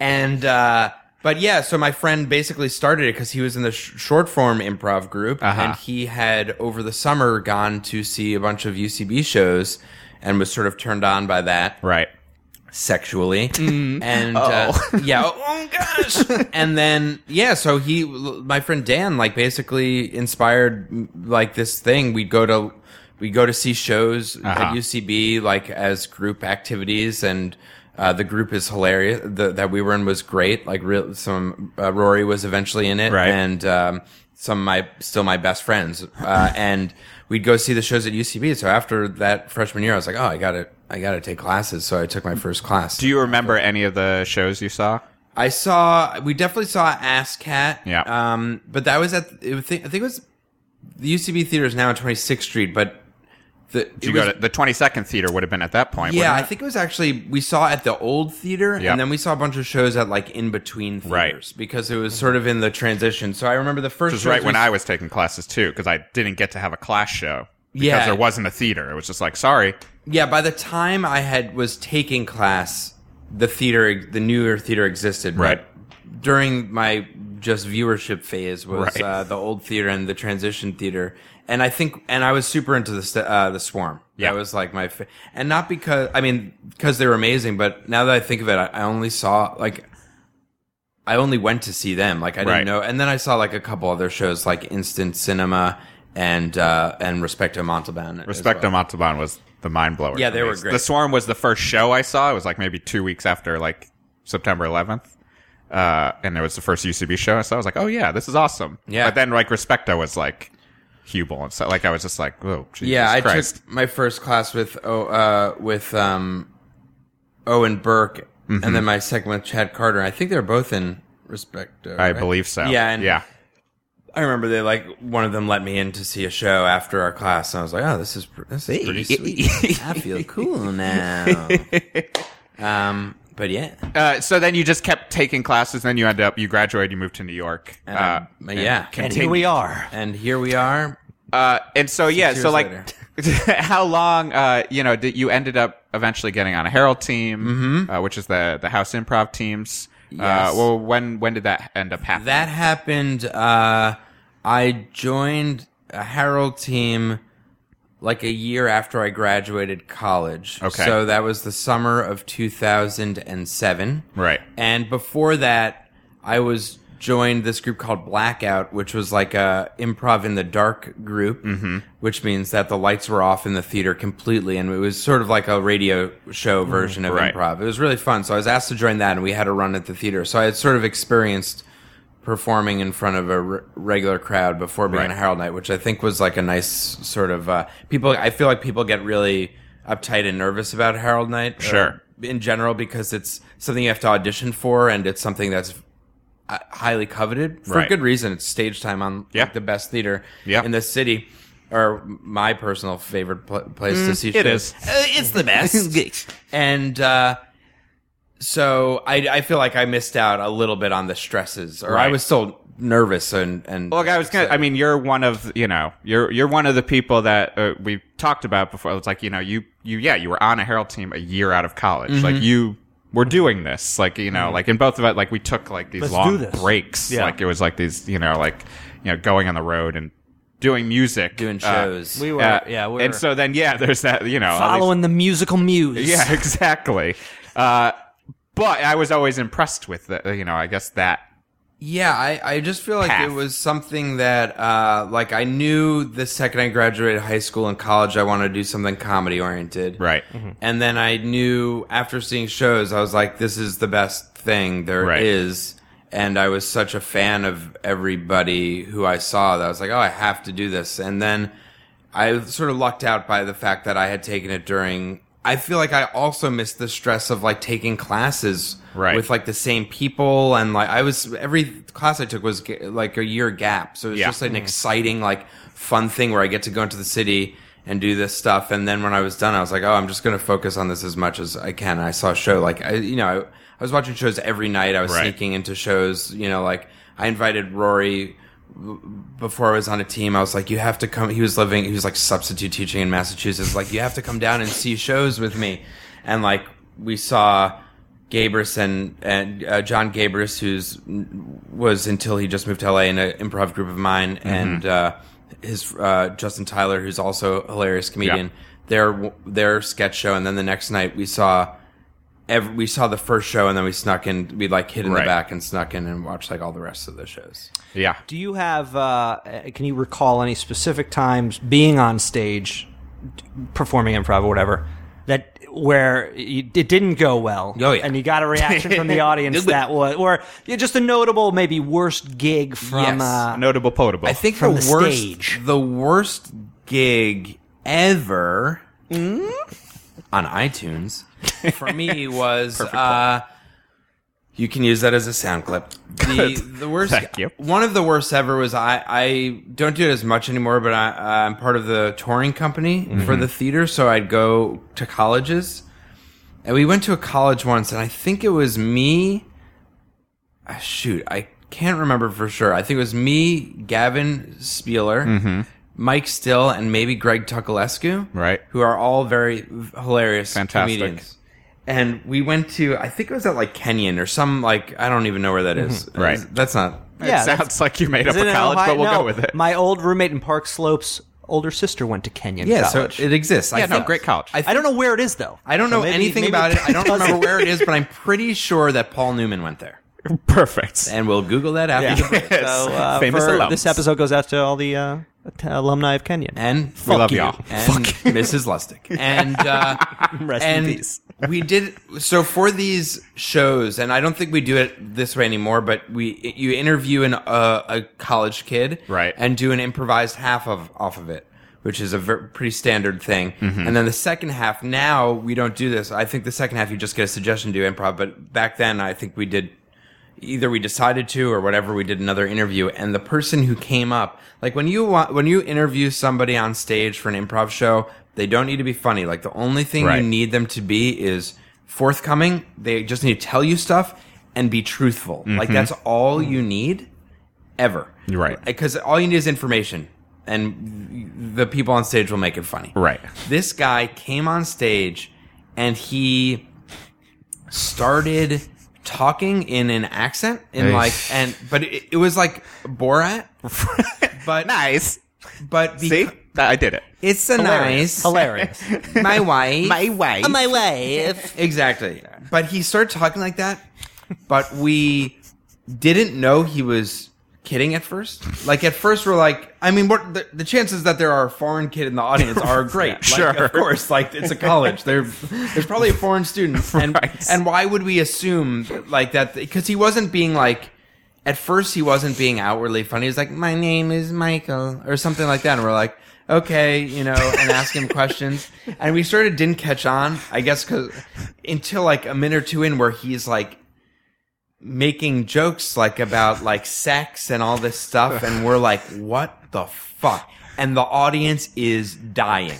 D: and. uh but yeah, so my friend basically started it because he was in the sh- short form improv group, and he had over the summer gone to see a bunch of UCB shows, and was sort of turned on by that.
C: Right.
D: sexually and uh, yeah oh, oh, gosh and then yeah so he my friend dan like basically inspired m- like this thing we'd go to we go to see shows at ucb like as group activities and uh, the group is hilarious the, that we were in was great like real some uh, rory was eventually in it
C: Right.
D: and um, some of my still my best friends uh, and we'd go see the shows at ucb so after that freshman year i was like oh i gotta i gotta take classes so i took my first class
C: Do you remember any of the shows you saw?
D: I saw we definitely saw Ass Cat.
C: Yeah.
D: Um, but that was at it was, I think it was the UCB theater is now on 26th Street, but the it
C: Did you
D: was-
C: go to the 22nd Theater would have been at that point.
D: yeah, I
C: wouldn't it?
D: think it was actually we saw at the old theater,
C: Yeah.
D: and then we saw a bunch of shows at like in between
C: Right.
D: theaters because it was sort of in the transition. So I remember the
C: Which
D: first
C: was
D: shows
C: right
D: we
C: when I was taking classes too, because I didn't get to have a class show because
D: Yeah.
C: there wasn't a theater. It was just like, sorry,
D: Yeah, by the time I had was taking class, the theater, the newer theater existed. but
C: Right.
D: During my just viewership phase was
C: Right.
D: uh, the old theater and the transition theater, and I think, and I was super into the st- uh, the swarm.
C: Yeah.
D: that was like my, fa- and not because I mean because they were amazing, but now that I think of it, I, I only saw like. I only went to see them. Like I didn't
C: Right.
D: know, and then I saw like a couple other shows, like Instant Cinema and uh and Respecto Montalban. as
C: Respecto
D: well.
C: Montalban was the mind blower.
D: Yeah,
C: for
D: they
C: me.
D: were great.
C: The Swarm was the first show I saw. It was like maybe two weeks after like September 11th. Uh, and it was the first UCB show. So I was like, oh yeah, this is awesome.
D: Yeah.
C: But then like Respecto was like Hubel. And so like I was just like, whoa, Jesus
D: yeah, I
C: Christ.
D: took my first class with oh, uh, with um, Owen Burke, and then my second with Chad Carter. I think they're both in respect.
C: I believe so.
D: Yeah, and-
C: yeah.
D: I remember they like one of them let me in to see a show after our class, and I was like, "Oh, this is pr- this is pretty sweet. I feel cool now." um, but yeah,
C: Uh, so then you just kept taking classes. Then you end up, you graduated, you moved to New York.
D: and,
C: uh,
D: um, yeah,
B: And here we are.
D: and here we are.
C: Uh, and so yeah,
D: years
C: so like,
D: later.
C: how long? Uh, you know, did you ended up eventually getting on a Herald team, uh, which is the the house improv teams. Uh,
D: Mm-hmm. Yes.
C: well, when when did that end up happening?
D: That happened. Uh, I joined a Harold team like a year after I graduated college.
C: Okay.
D: So that was the summer of 2007.
C: Right.
D: And before that, I was joined this group called Blackout, which was like a improv in the dark group,
C: Mm-hmm.
D: which means that the lights were off in the theater completely, and it was sort of like a radio show version of
C: Right.
D: improv. It was really fun. So I was asked to join that, and we had a run at the theater. So I had sort of experienced performing in front of a r- regular crowd before being
C: Right.
D: a Harold Night, which I think was like a nice sort of uh, people. I feel like people get really uptight and nervous about Harold Night, uh,
C: Sure.
D: in general because it's something you have to audition for, and it's something that's uh, highly coveted for
C: Right.
D: good reason. It's stage time on like,
C: Yeah.
D: the best theater
C: Yeah.
D: in the city. Or my personal favorite pl- place to see shows.
C: Mm, it is.
D: Uh, it's the best. and uh, so I, I feel like I missed out a little bit on the stresses, or I
C: Right.
D: was still nervous and and.
C: Well, I was gonna. I mean, you're one of you know, you're you're one of the people that uh, we talked about before. It's like you know, you you yeah, you were on a Herald team a year out of college.
B: Mm-hmm.
C: Like you were doing this. Like you know, like in both of it, like we took like these
B: Let's do
C: long
B: this.
C: breaks.
B: Yeah.
C: Like it was like these you know, like you know, going on the road and doing music,
D: doing
C: uh,
D: shows.
B: We were,
C: uh,
B: yeah, we were
C: and so then yeah, there's that you know all these-
B: following the musical muse.
C: yeah, exactly. Uh, but I was always impressed with the, you know, I guess that
D: Yeah, I, I just feel like
C: Path.
D: it was something that, uh, like, I knew the second I graduated high school and college, I wanted to do something comedy oriented.
C: Right.
D: And then I knew after seeing shows, I was like, this is the best thing there
C: Right.
D: is, And I was such a fan of everybody who I saw that I was like, oh, I have to do this. And then I sort of lucked out by the fact that I had taken it during I feel like I also missed the stress of like taking classes
C: Right.
D: with like the same people and like I was every class I took was ga- like a year gap, so it's
C: Yeah.
D: just an exciting like fun thing where I get to go into the city and do this stuff. And then when I was done, I was like, oh, I'm just going to focus on this as much as I can. And I saw a show like I, you know I, I was watching shows every night. I was
C: Right.
D: sneaking into shows, you know, like I invited Rory before I was on a team, I was like, you have to come. He was living, he was like substitute teaching in Massachusetts. Like, you have to come down and see shows with me. And like, we saw Gabris and, and uh, John Gabris, who's was until he just moved to LA in an uh, improv group of mine,
C: Mm-hmm.
D: and uh, his uh, Justin Tyler, who's also a hilarious comedian.
C: Yeah.
D: Their their sketch show, and then the next night we saw. Every, we saw the first show and then we snuck in. We like hid in
C: Right.
D: the back and snuck in and watched like all the rest of the shows.
C: Yeah.
B: Do you have? Uh, can you recall any specific times being on stage, d- performing improv or whatever, that where you, it didn't go well?
D: Oh, yeah.
B: and you got a reaction from the audience that was, or yeah, just a notable, maybe worst gig from.
D: Yes.
B: Uh,
C: Notable potable.
D: I think
B: from
D: the,
B: the
D: worst,
B: stage.
D: the worst gig ever on iTunes for me was. uh, you can use that as a sound clip. The, the worst,
C: Thank you.
D: one of the worst ever was I. I don't do it as much anymore, but I, I'm part of the touring company for the theater, so I'd go to colleges. And we went to a college once, and I think it was me. ah, shoot, I can't remember for sure. I think it was me, Gavin Spieler, Mike Still, and maybe Greg Tuckelescu.
C: Right.
D: Who are all very hilarious
C: Fantastic.
D: comedians. And we went to, I think it was at like Kenyon or some, like, I don't even know where that is.
C: Right.
D: That's not.
B: yeah,
C: it sounds like you made up
B: Is it
C: a
B: in
C: college,
B: Ohio?
C: but we'll
B: No,
C: go with it.
B: My old roommate in Park Slope's older sister went to Kenyon
D: Yeah,
B: College.
D: so it exists. I
C: yeah, no,
D: think-
C: great college.
D: I
B: I don't know where it is though.
D: I don't
B: So
D: know
B: maybe-
D: anything
B: maybe
D: about it. I don't remember
B: doesn't-
D: where it is, but I'm pretty sure that Paul Newman went there.
C: Perfect.
D: And we'll Google that after. the break.
C: Yes.
B: So, uh,
C: Famous
B: for-
C: alums.
B: this episode goes out to all the uh, t- alumni of Kenyon.
D: and
C: We love y'all.
D: and Mrs. Lustig, and uh,
B: Rest in
D: and
B: peace.
D: we did so for these shows, and I don't think we do it this way anymore. But we you interview an, uh, a college kid,
C: Right.
D: and do an improvised half of off of it. Which is a ver- pretty standard thing,
C: Mm-hmm.
D: and then the second half. Now we don't do this. I think the second half you just get a suggestion to do improv, but back then I think we did either we decided to or whatever we did another interview and the person who came up like when you wa- when you interview somebody on stage for an improv show they don't need to be funny like the only thing
C: Right.
D: you need them to be is forthcoming they just need to tell you stuff and be truthful like that's all you need ever
C: Mm-hmm. Right.
D: because all you need is information and the people on stage will make it funny
C: Right.
D: this guy came on stage and he started talking in an accent in
C: Nice.
D: like and but it, it was like Borat but
C: nice.
D: but be-
C: See? I did it.
D: it's a
B: Hilarious.
D: nice
B: Hilarious.
D: my wife
C: way.
B: my wife.
D: exactly but he started talking like that but we didn't know he was kidding at first like at first we're like i mean what the, the chances that there are a foreign kid in the audience are great like,
C: Sure.
D: of course like it's a college there there's probably a foreign student and
C: Right.
D: and why would we assume like that because he wasn't being like at first he wasn't being outwardly funny he was like my name is michael or something like that and we're like okay you know and ask him questions and we sort of didn't catch on i guess because until like a minute or two in where he's like making jokes like about like sex and all this stuff and we're like what the fuck and the audience is dying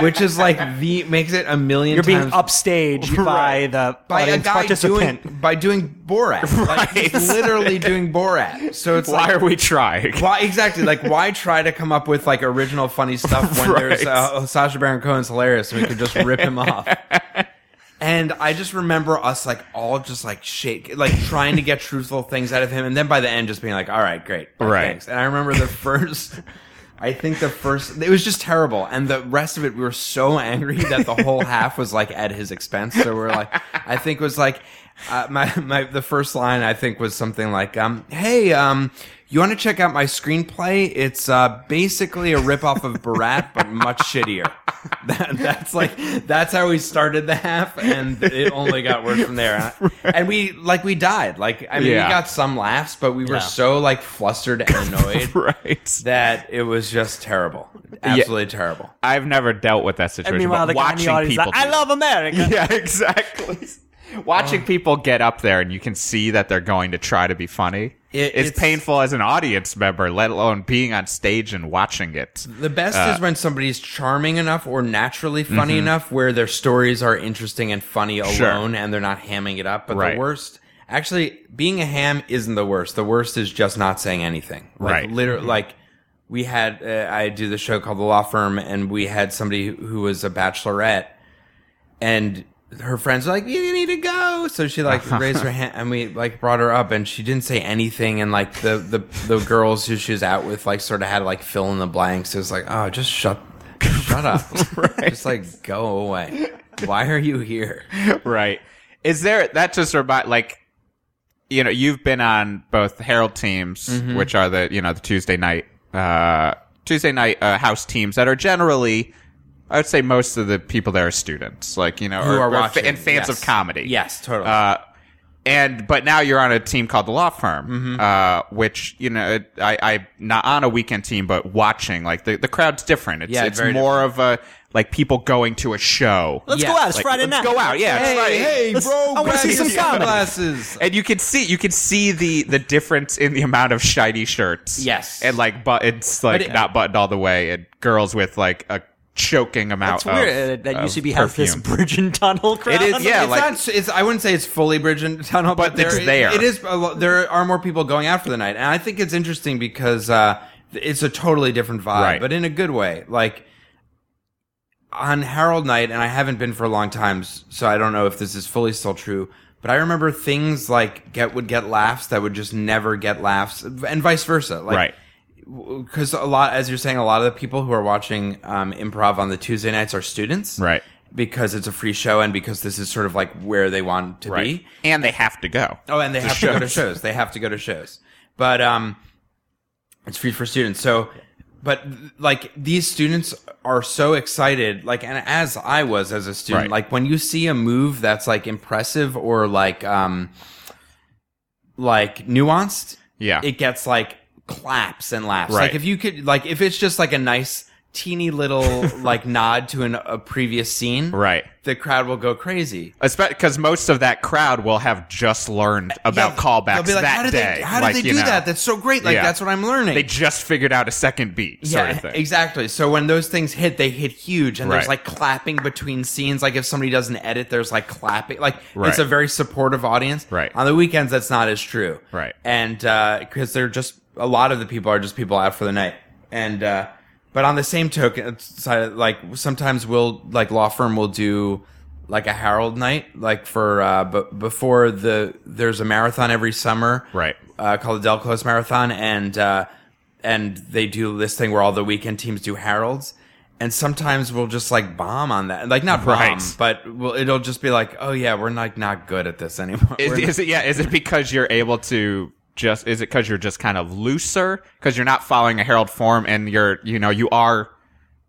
D: which is like the makes it a 1000000
B: You're being
D: times
B: upstaged by the
D: by a
B: audience
D: guy doing
B: participant.
D: by doing Borat like he's
C: Right.
D: literally doing Borat so it's
C: Why
D: like,
C: are we trying?
D: why exactly like why try to come up with like original funny stuff when there's
C: Right.
D: uh, Sasha Baron Cohen's hilarious and we could just rip him off. And I just remember us like all just like shake, like trying to get truthful things out of him, and then by the end just being like, "All right, great, All
C: Right.
D: Thanks. And I remember the first, I think the first, it was just terrible, and the rest of it we were so angry that the whole half was like at his expense. So we're like, I think it was like, uh, my my the first line I think was something like, um, "Hey, um, you want to check out my screenplay? It's uh, basically a ripoff of Barat, but much shittier." That, that's like that's how we started the half, and it only got worse from there. And we like we died. Like I mean,
C: Yeah.
D: we got some laughs, but we were
B: Yeah.
D: so like flustered and annoyed
C: right.
D: that it was just terrible, absolutely terrible.
C: I've never dealt with that situation.
B: And meanwhile,
C: but
B: the guy in
C: watching
B: the audience, is
C: people,
B: like, I
C: do
B: love Oh. America.
C: Yeah, exactly. Watching people get up there and you can see that they're going to try to be funny.
D: It-
C: it's,
D: it's-
C: painful as an audience member, let alone being on stage and watching it.
D: The best
C: Uh,
D: is when somebody's charming enough or naturally funny enough where their stories are interesting and funny alone
C: mm-hmm. Sure.
D: and they're not hamming it up. But
C: Right.
D: the worst, actually, being a ham isn't the worst. The worst is just not saying anything. Like,
C: Right. Mm-hmm.
D: Literally, like we had, uh, I do the show called The Law Firm, and we had somebody who was a bachelorette, and her friends were like, "You need to go," so she like
C: Uh-huh.
D: raised her hand, and we like brought her up, and she didn't say anything, and like the the the girls who she was out with like sort of had to like fill in the blanks. It was like, "Oh, just shut." Shut up. Just like go away. Why are you here?
C: right. Is there that just remind like you know you've been on both Herald teams,
D: Mm-hmm.
C: which are the you know the Tuesday night uh, Tuesday night uh, house teams that are generally. I would say most of the people there are students, like you know,
D: Who
C: or,
D: are
C: or fa-
D: watching.
C: and fans
D: Yes.
C: of comedy.
D: Yes, totally.
C: Uh, and but now you're on a team called the Law Firm,
B: Mm-hmm.
C: uh, which you know it- I, I'm not on a weekend team, but watching like the, the crowd's different. It's
D: Yeah,
C: it's
D: very
C: more of a like people going to a show.
B: Let's
D: Yeah,
B: go out. It's
D: like,
B: Friday
C: Let's
B: night.
C: go out, yeah. it's Friday.
B: let's- I wanna
D: grab
B: see
D: your
B: some comedy.
D: sunglasses.
C: and you can see you can see the the difference in the amount of shiny shirts.
D: Yes.
C: and like buttons like
D: But it-
C: not buttoned all the way, and girls with like a choking amount.
B: It's
C: of,
B: weird uh, that
C: of
B: UCB has this
C: perfume.
B: bridge and tunnel crowd.
C: is, yeah,
D: it's
C: like-
D: not. It's I wouldn't say it's fully bridge and tunnel, but,
C: But it's there.
D: It is. a lo- There are more people going out for the night, and I think it's interesting because uh, it's a totally different vibe,
C: Right.
D: but in a good way. Like on Harold Night, and I haven't been for a long time, s- so I don't know if this is fully still true. But I remember things like get would get laughs that would just never get laughs, and vice versa. Like,
C: Right.
D: because a lot, as you're saying, a lot of the people who are watching um, improv on the Tuesday nights are students,
C: Right.
D: Because it's a free show, and because this is sort of like where they want to
C: right?
D: be.
C: And they have to go.
D: Oh, and they have to go to shows. They have to go to shows, but um, it's free for students. So, but like these students are so excited, like, and as I was as a student,
C: Right.
D: like when you see a move that's like impressive or like um, like nuanced,
C: Yeah.
D: it gets like claps and laughs.
C: Right.
D: Like if you could, like if it's just like a nice teeny little like nod to an, a previous scene,
C: Right.
D: The crowd will go crazy.
C: because most of that crowd will have just learned about
D: Yeah,
C: callbacks
D: they'll be like,
C: that
D: how did
C: day.
D: They, how did
C: Like,
D: they
C: you
D: do
C: know,
D: that? That's so great. Like
C: Yeah.
D: that's what I'm learning.
C: they just figured out a second beat, sort of thing.
D: exactly. So when those things hit, they hit huge, and there's
C: Right.
D: like clapping between scenes. Like if somebody does an edit, there's like clapping. Like
C: Right.
D: it's a very supportive audience.
C: Right.
D: On the weekends, that's not as true.
C: Right.
D: And because they're just a lot of the people are just people out for the night, and uh, but on the same token, it's, uh, like sometimes we'll like law firm will do like a Harold night, like for uh, b- before the there's a marathon every summer,
C: Right.
D: uh, called the Del Close Marathon, and uh, and they do this thing where all the weekend teams do Harold's, and sometimes we'll just like bomb on that, like not bomb,
C: Right.
D: but we'll, it'll just be like, oh yeah, we're like not good at this anymore.
C: Is,
D: We're not-
C: is it yeah? Is it because you're able to just? Is it because you're just kind of looser? Because you're not following a herald form, and you're you know you are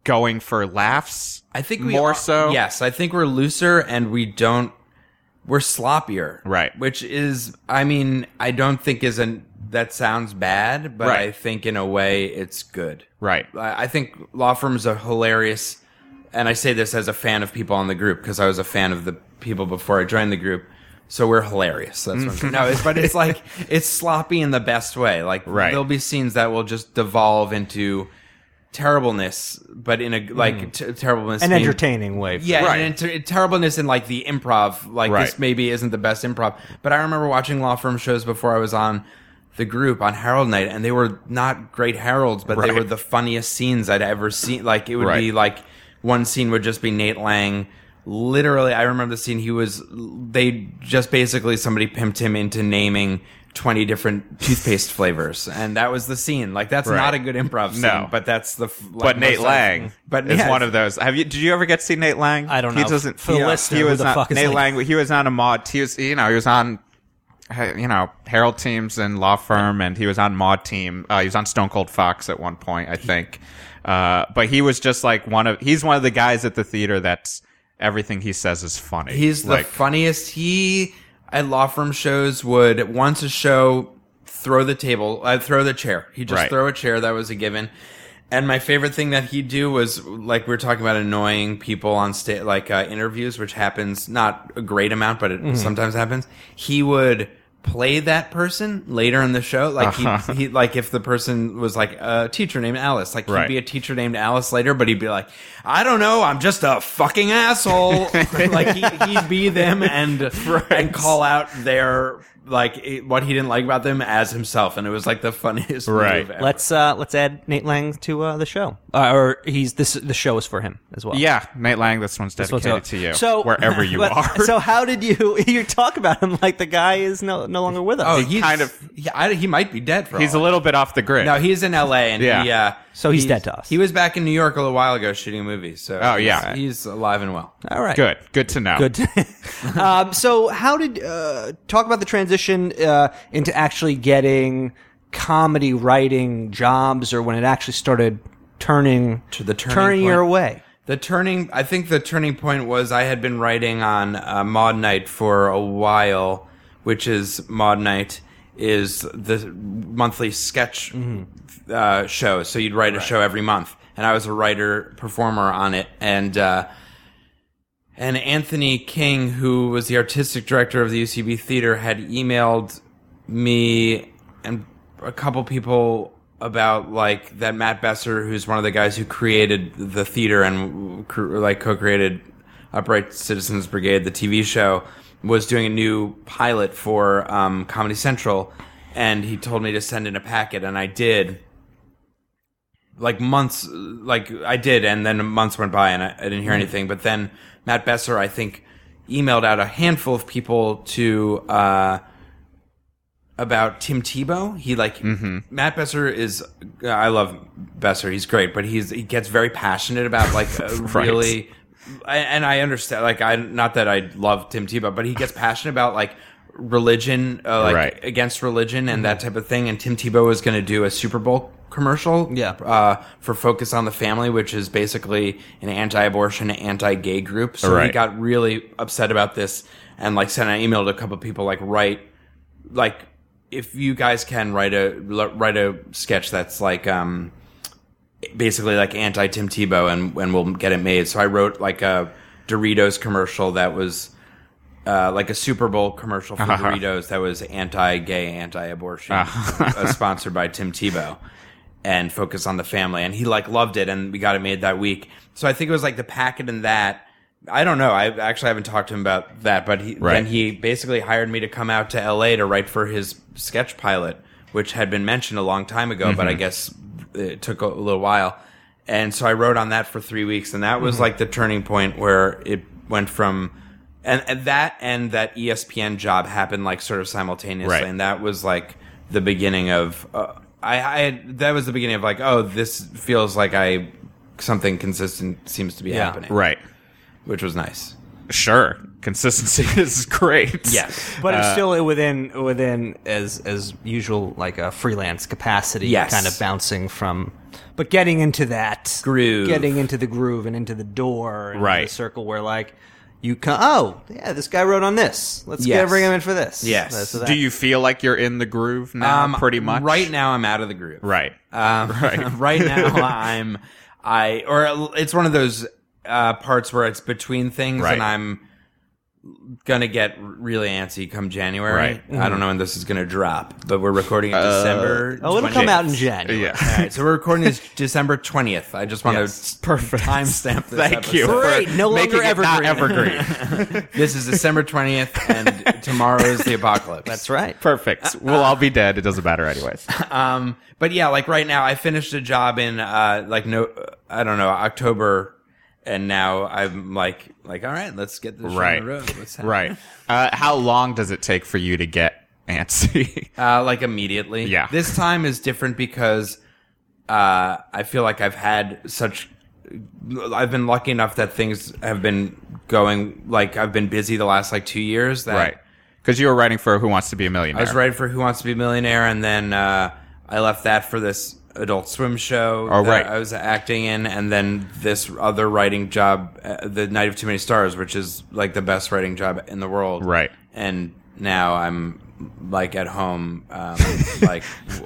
C: going for laughs.
D: I think we
C: more
D: are-
C: so.
D: Yes, I think we're looser and we don't. We're sloppier,
C: Right.
D: Which is, I mean, I don't think isn't that sounds bad, but
C: Right.
D: I think in a way it's good,
C: Right.
D: I I think law firms are hilarious, and I say this as a fan of people on the group because I was a fan of the people before I joined the group. So we're hilarious. That's what I'm saying. no, it's, but it's like it's sloppy in the best way. Like
C: Right.
D: there'll be scenes that will just devolve into terribleness, but in a like t- terribleness
B: an
D: being-
B: entertaining way. for-
D: yeah,
C: Right.
D: and ter- terribleness in like the improv. Like
C: Right.
D: this maybe isn't the best improv, but I remember watching law firm shows before I was on the group on Harold Night, and they were not great Harolds, but
C: Right.
D: they were the funniest scenes I'd ever seen. Like it would
C: Right.
D: be like one scene would just be Nate Lang. Literally, I remember the scene. He was they just basically somebody pimped him into naming 20 different toothpaste flavors and that was the scene like that's
C: Right.
D: not a good improv scene
C: No.
D: but that's the f- like,
C: but Nate
D: most-
C: Lang
D: but
C: is
D: yes.
C: one of those. Have you? Did you ever get to see Nate Lang?
E: I don't
C: He
E: know.
C: doesn't.
E: For the
C: he,
E: listener,
C: he
E: who
C: was
E: the
C: not
E: fuck is
C: Nate
E: Nate?
C: Lang. He was on a mod. He was. You know, he was on. uh, You know, Herald teams and law firm, and he was on mod team. Uh, he was on Stone Cold Fox at one point, I think. Uh, but he was just like one of. He's one of the guys at the theater that's everything he says is funny.
D: He's the
C: like,
D: funniest. He at law firm shows would once a show throw the table, uh, throw the chair. He just
C: Right.
D: throw a chair. That was a given. And my favorite thing that he'd do was like we were talking about annoying people on stage, like uh, interviews, which happens not a great amount, but it
C: Mm-hmm.
D: sometimes happens. He would play that person later in the show, like
C: Uh-huh.
D: he, he like if the person was like a teacher named Alice, like
C: Right.
D: he'd be a teacher named Alice later, but he'd be like, I don't know, I'm just a fucking asshole. like he, he'd be them and and call out their like it- what he didn't like about them as himself, and it was like the funniest
C: Right.
D: move ever.
B: Let's uh, let's add Nate Lang to uh, the show, uh, or he's this the show is for him as well.
C: yeah, Nate Lang. This one's
B: That's what's
C: dedicated
B: up.
C: to you.
B: So
C: wherever you
B: but-
C: are.
B: So how did you you talk about him like the guy is no no longer with us?
D: oh, he's
C: kind of-
D: he, I, he might be dead for
C: he's a
D: all I-
C: little bit off the grid.
D: no, he's in L.A. and
C: Yeah.
D: he, uh,
B: So he's dead to us.
D: He was back in New York a little while ago shooting a movie. So
C: Oh,
D: he's-
C: yeah.
D: he's alive and well.
B: all right,
C: good. Good to know.
B: good. um, so how did uh, talk about the transition uh, into actually getting comedy writing jobs, or when it actually started turning
D: To the turning
B: turning your
D: point.
B: way?
D: The turning, I think the turning point was I had been writing on uh, Maud Night for a while, which is Maud Night is the monthly sketch uh, show. So you'd write a show every month, and I was a writer performer on it, and. Uh, and Anthony King, who was the artistic director of the UCB Theater, had emailed me and a couple people about like that Matt Besser, who's one of the guys who created the theater and cr- like co-created Upright Citizens Brigade, the TV show, was doing a new pilot for um, Comedy Central, and he told me to send in a packet, and I did like months like i did and then months went by and i, I didn't
C: Mm-hmm.
D: hear anything but then matt besser i think emailed out a handful of people to uh about Tim Tebow, he like
C: Mm-hmm.
D: Matt Besser is. I love Besser; he's great, but he's he gets very passionate about like a
C: Right.
D: really. I- And I understand, like I not that I love Tim Tebow, but he gets passionate about like religion, uh, like
C: Right.
D: against religion and that type of thing. And Tim Tebow is going to do a Super Bowl commercial,
B: Yeah.
D: uh, for Focus on the Family, which is basically an anti-abortion, anti-gay group. So he
C: Right.
D: got really upset about this and like sent an email to a couple people, like write, like if you guys can write a write a sketch that's like um basically like anti Tim Tebow, and and we'll get it made. So I wrote like a Doritos commercial that was. Uh, like a Super Bowl commercial for Doritos that was anti-gay, anti-abortion, uh, sponsored by Tim Tebow, and focused on the family. And he like loved it, and we got it made that week. So I think it was like the packet and that. I don't know. I actually haven't talked to him about that, but he
C: Right.
D: then he basically hired me to come out to L.A. to write for his sketch pilot, which had been mentioned a long time ago,
C: Mm-hmm.
D: but I guess it took a little while. And so I wrote on that for three weeks, and that was
C: Mm-hmm.
D: like the turning point where it went from and, and that and that E ESPN job happened like sort of simultaneously,
C: Right.
D: and that was like the beginning of uh, I, I had, that was the beginning of like oh this feels like I something consistent seems to be happening,
C: Right.
D: Which was nice.
C: Sure. Consistency is great.
D: Yes.
B: But it's still within within as as usual, like a freelance capacity,
D: Yes.
B: kind of bouncing from, but getting into that
D: Groove.
B: getting into the groove and into the door, and into
C: Right.
B: The circle where like you come. Oh, yeah, this guy wrote on this. Let's
D: Yes.
B: get bring him in for this.
D: Yes.
B: This or that.
C: Do you feel like you're in the groove now? Uh, pretty much.
D: Um, Right now, I'm out of the group.
C: Right.
D: Um, right.
C: Right.
D: now, I'm I or it's one of those uh, parts where it's between things,
C: Right.
D: and I'm gonna get really antsy come January.
C: Right. Uh,
D: I don't know when this is gonna drop, but we're recording in December.
B: Oh, it'll
D: 20th.
B: come out in January.
D: All
C: yeah.
D: right, so we're recording this December twentieth. I just want
C: Yes.
D: to
C: Perfect.
D: timestamp this.
C: Thank you.
D: episode.
B: Great, no
C: Making
B: longer
C: it not
B: evergreen.
C: evergreen.
D: This is December twentieth, and tomorrow is the apocalypse.
B: That's right.
C: Perfect. We'll all be dead. It doesn't matter anyways.
D: Um, but yeah, like right now, I finished a job in uh, like no, I don't know, October, and now I'm like, like, all right, let's get this show on
C: Right.
D: the road. Let's have-
C: Right. Uh, how long does it take for you to get antsy.
D: Uh, like immediately.
C: Yeah.
D: This time is different because uh, I feel like I've had such. I've been lucky enough that things have been going like I've been busy the last like two years. That
C: right. Because you were writing for Who Wants to Be a Millionaire.
D: I was writing for Who Wants to Be a Millionaire, and then uh, I left that for this Adult Swim show.
C: Oh,
D: that
C: right.
D: I was acting in, and then this other writing job, uh, The Night of Too Many Stars, which is like the best writing job in the world.
C: Right.
D: And now I'm like at home, um, like,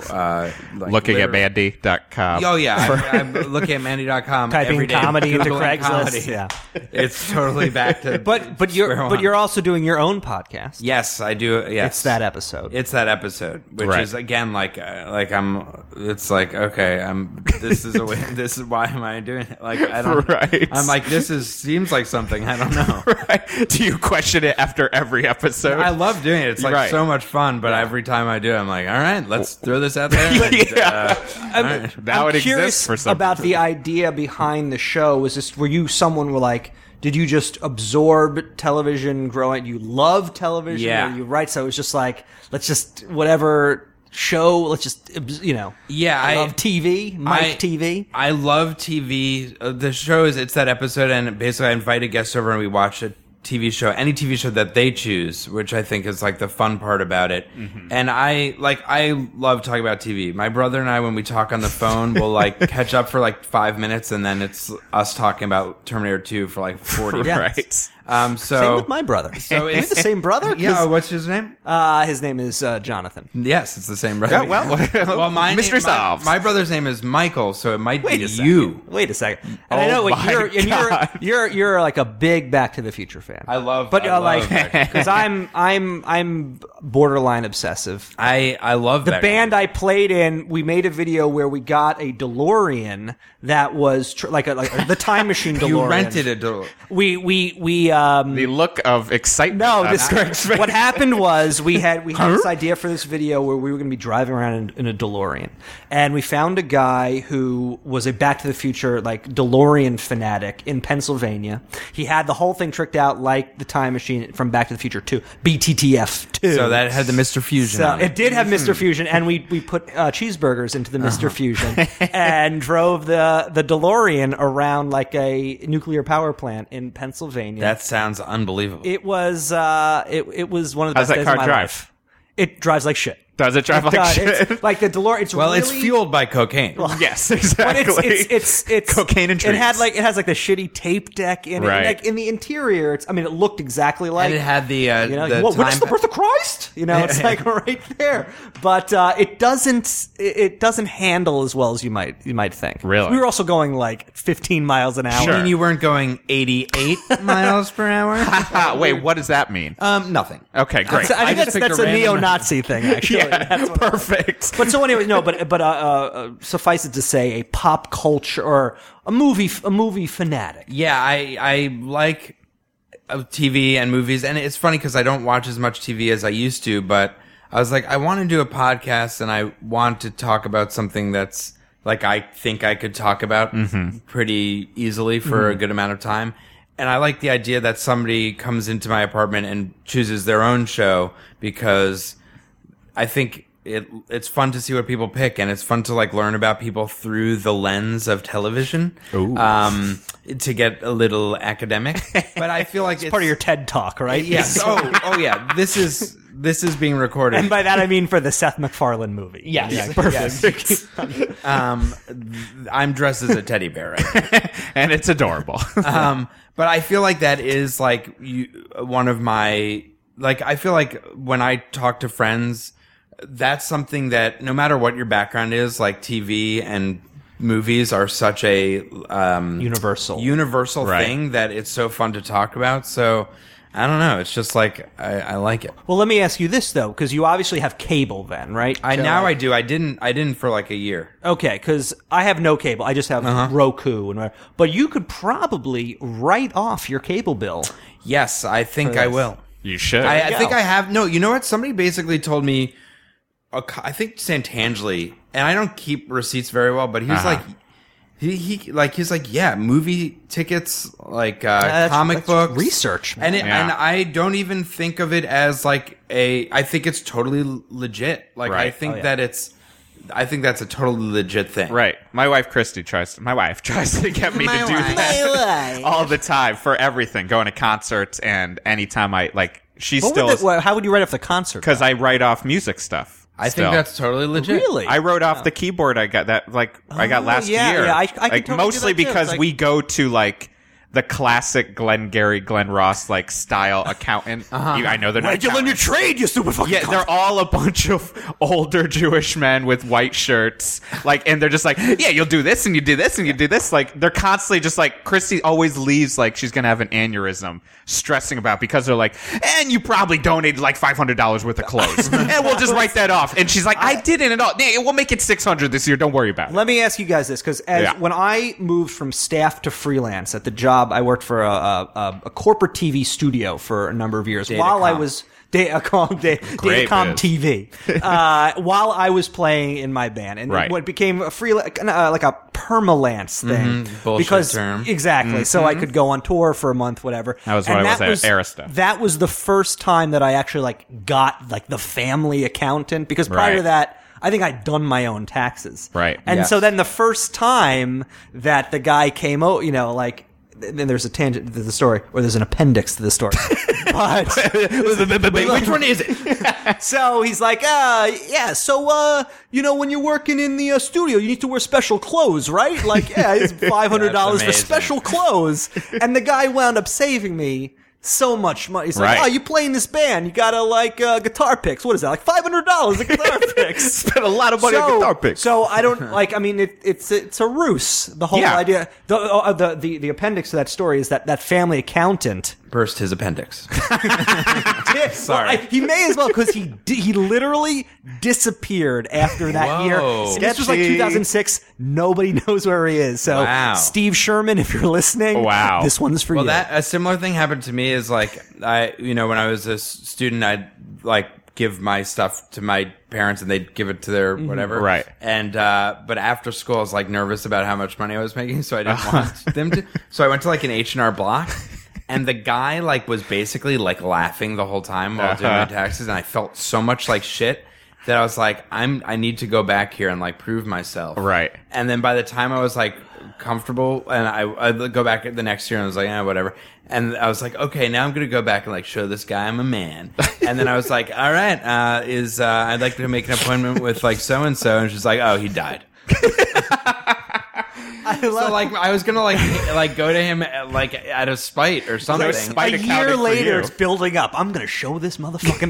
D: uh, like
C: Looking at
D: literally-
C: Mandy.com.
D: Oh yeah, I, I'm looking at Mandy.com.
B: Typing
D: every day,
B: comedy into
D: Googling
B: Craigslist,
D: comedy.
B: yeah.
D: it's totally back to.
B: But but you're
D: square
B: but
D: one.
B: you're also doing your own podcast.
D: yes, I do. Yes,
B: It's that episode.
D: it's that episode, which
C: Right.
D: is again like uh, like I'm. It's like okay, I'm. This is a way, this is why am I doing it? Like I don't.
C: Right.
D: I'm like this is seems like something I don't know.
C: right. Do you question it after every episode?
D: I love doing it. It's like
C: Right.
D: so much fun, but every time I do, it, I'm like, all right, let's throw this out there. and,
C: Yeah.
D: uh,
B: I'm,
D: all right.
C: Now
B: I'm
C: it exists
B: curious
C: for some
B: about
C: reason.
B: the idea behind the show. Was this were you someone were like? Did you just absorb television growing? You love television,
D: Yeah.
B: or you write. So it was just like let's just whatever show. Let's just abs- you know.
D: Yeah,
B: I,
D: I-
B: love TV, Mike
D: I-
B: TV.
D: I love TV. Uh, The show is it's that episode, and basically I invite a guest over and we watch a TV show, any TV show that they choose, which I think is like the fun part about it.
B: Mm-hmm.
D: And I like I love talking about TV. My brother and I, when we talk on the phone, will like catch up for like five minutes, and then it's us talking about Terminator Two for like forty.
B: Yeah.
C: Right.
D: Um. So
B: Same with my brother.
D: so
B: Are we
D: it's-
B: the same brother? 'Cause,
D: Yeah. What's his name?
B: uh, his name is uh, Jonathan.
D: Yes, it's the same
C: Yeah,
D: brother.
C: well, mystery
D: name- my-
C: solved.
D: My, brother's name is Michael, so it might
B: Wait
D: be
B: a second.
D: you.
B: Wait a second. And I
C: Oh
B: know what
C: my
B: you're, and you're
C: God.
B: you're you're like a big Back to the Future fan.
D: I love-
B: but
D: I
B: you're
D: love Back
B: like
D: to the
B: because I'm I'm I'm borderline obsessive.
D: I I love
B: The
D: that
B: band I played in, we made a video where we got a DeLorean that was tr- like a, like a- the time machine DeLorean.
D: You rented it. Dol-
B: We we we um
C: The look of excitement.
B: no,
C: on
B: this
C: Craig's face.
B: what happened was we had we had this idea for this video where we were going to be driving around in, in a DeLorean, and we found a guy who was a Back to the Future like DeLorean fanatic in Pennsylvania. He had the whole thing tricked out like the time machine from Back to the Future Two, BTTF Two.
D: So that had the Mr. Fusion.
B: So
D: on it. Hmm. Uh-huh.
B: it did have Mr. Fusion, and we we put uh, cheeseburgers into the mister Fusion and drove the the DeLorean around like a nuclear power plant in Pennsylvania.
D: That sounds unbelievable.
B: It was uh, it it was one of the
C: How's
B: best
C: that
B: days
C: car
B: of my
C: drive?
B: life. It drives like shit.
C: Does it drive like
B: does.
C: shit?
B: It's, like the DeLorean. It's
D: well,
B: really,
D: it's fueled by cocaine.
C: yes,
B: But
C: exactly.
B: it's it's it's, it's
C: cocaine and
B: it had
C: trees.
B: like it has like the shitty tape deck in it.
C: Right.
B: Like in the interior, it's I mean it looked exactly like
D: and it had the uh,
B: you know,
D: the
B: whoa,
D: time
B: when is the birth of Christ? You know, it's like right there. But uh, it doesn't it it doesn't handle as well as you might you might think.
C: Really?
B: we were also going like 15 miles an hour.
D: You mean you weren't going 88 miles per hour?
C: Ah, wait, what does that mean?
D: Um, nothing.
C: okay, great.
B: Uh, I,
D: I
B: think
D: just
B: that's
D: picked
B: that's
D: a
B: a,
D: random-
B: neo-Nazi thing. Actually,
C: yeah,
B: That's what-
C: perfect.
B: But so anyway, no. But but uh, uh, suffice it to say, a pop culture or a movie a movie fanatic.
D: Yeah, I I like uh, TV and movies, and it's funny because I don't watch as much TV as I used to. But I was like, I want to do a podcast, and I want to talk about something that's like I think I could talk about pretty easily for a good amount of time. And I like the idea that somebody comes into my apartment and chooses their own show because I think it it's fun to see what people pick, and it's fun to like learn about people through the lens of television. Um, to get a little academic, but I feel like it's,
B: Part of your TED talk, right?
D: yes. oh, oh yeah. This is this is being recorded.
B: And by that I mean for the Seth MacFarlane movie.
D: Yes.
B: Yeah, perfect.
D: um, I'm dressed as a teddy bear right now.
C: and it's adorable.
D: um, but I feel like that is like you, one of my like I feel like when I talk to friends, that's something that no matter what your background is, like TV and movies are such a um,
B: Universal.
D: universal
C: Right.
D: thing that it's so fun to talk about. So I don't know. It's just like I, I like it.
B: well, let me ask you this though, because you obviously have cable, then, right?
D: I now I do. I didn't. I didn't for like a year.
B: Okay, because I have no cable. I just have
D: Uh-huh.
B: Roku and whatever. But you could probably write off your cable bill.
D: Yes, I think I will.
C: you should.
D: I, I
B: go.
D: think I have. No, you know what? Somebody basically told me.
C: Uh-huh.
D: a co- I think Santangeli, and I don't keep receipts very well, but he was like, He, he like he's like yeah movie tickets like uh,
B: that's-
D: comic
B: that's
D: books
B: research, man.
D: and it,
C: Yeah.
D: and I don't even think of it as like a I think it's totally l- legit like I
C: Right.
D: think
B: Oh, yeah.
D: that it's I think that's a totally legit thing
C: Right. My wife Christy tries to, my wife tries to get me to
D: My
C: do
D: wife.
C: that all the time for everything, going to concerts and anytime I like she
B: What
C: still
B: would the, well, how would you write off the concert?
C: cuz I write off music stuff.
D: I
C: still.
D: think that's totally legit
B: really,
C: I wrote off the keyboard I got that like I got
B: Oh,
C: last
B: yeah,
C: year.
B: yeah, I- I could
C: like,
B: totally do
C: mostly
B: that too. It's
C: because
B: like-
C: we go to like the classic Glenn Gary, Glenn Ross like style accountant. You- I know they're not accountants.
B: trade, you stupid fucking.
C: Yeah, they're all a bunch of older Jewish men with white shirts. Like, and they're just like, yeah, you'll do this and you do this and you do this. Like, they're constantly just like, Christy always leaves like she's going to have an aneurysm, stressing about because they're like, and you probably donated like $500 worth of clothes. and we'll just write that off. And she's like, I didn't at all. Nah, we'll make it 600 this year. Don't worry about it.
B: Let me ask you guys this, because as
C: Yeah.
B: when I moved from staff to freelance at the job, I worked for a, a, a, a corporate TV studio for a number of years. While I
D: Datacom.
B: was Datacom, da-
C: Great
B: Datacom
C: biz.
B: TV, uh, while I was playing in my band, and
C: Right. Mm-hmm.
B: what became a free uh, like a permalance thing
D: bullshit
B: because
D: term.
B: exactly, so I could go on tour for a month, whatever.
C: That was
B: And
C: what I was at Arista.
B: That was the first time that I actually like got like the family accountant because prior to
C: Right.
B: that. I think I'd done my own taxes.
C: Right.
B: And
D: Yes.
B: so then the first time that the guy came out, you know, like, th- then there's a tangent to the story, or there's an appendix to the story. but
D: which one is it
B: so he's like, uh, yeah, so, uh, you know, when you're working in the uh, studio, you need to wear special clothes, right? Like, yeah, it's $500 for
D: amazing.
B: special clothes. And the guy wound up saving me so much money. He's like,
C: Right.
B: oh, you play in this band. You got to, like, uh, guitar picks. What is that? Like $500 a guitar picks.
C: Spent a lot of money on guitar picks.
B: So I don't like. I mean, it, it's it's a ruse. The whole
C: Yeah.
B: idea. The, uh, the the the appendix to that story is that that family accountant.
D: burst his appendix
B: Did,
D: Sorry.
B: well, I- he may as well because he di- he literally disappeared after that
D: Whoa.
B: year. And This was like
C: Sketchy.
B: 2006. Nobody knows where he is. So
D: Wow.
B: Steve Sherman, if you're listening,
C: Wow.
B: this one's for
D: Well,
B: you.
D: that a similar thing happened to me is like I, you know, when I was a s- student, I'd like give my stuff to my parents and they'd give it to their whatever,
C: Right.
D: And uh, but after school, I was like nervous about how much money I was making, so I didn't want them to. So I went to like an H and R Block. And the guy like was basically like laughing the whole time while doing my
C: Uh-huh.
D: taxes, and I felt so much like shit that I was like, I'm I need to go back here and like prove myself,
C: Right.
D: and then by the time I was like comfortable, and I I'd go back the next year and I was like, eh, whatever. And I was like, okay, now I'm gonna go back and like show this guy I'm a man. And then I was like, all right, uh, is uh, I'd like to make an appointment with like so and so, and she's like, oh, he died.
B: I
D: So
B: love-
D: like I was gonna like like go to him at, like out of spite or something.
C: spite
B: a
C: accounting
B: year
C: for
B: later,
C: you.
B: it's building up. I'm gonna show this motherfucking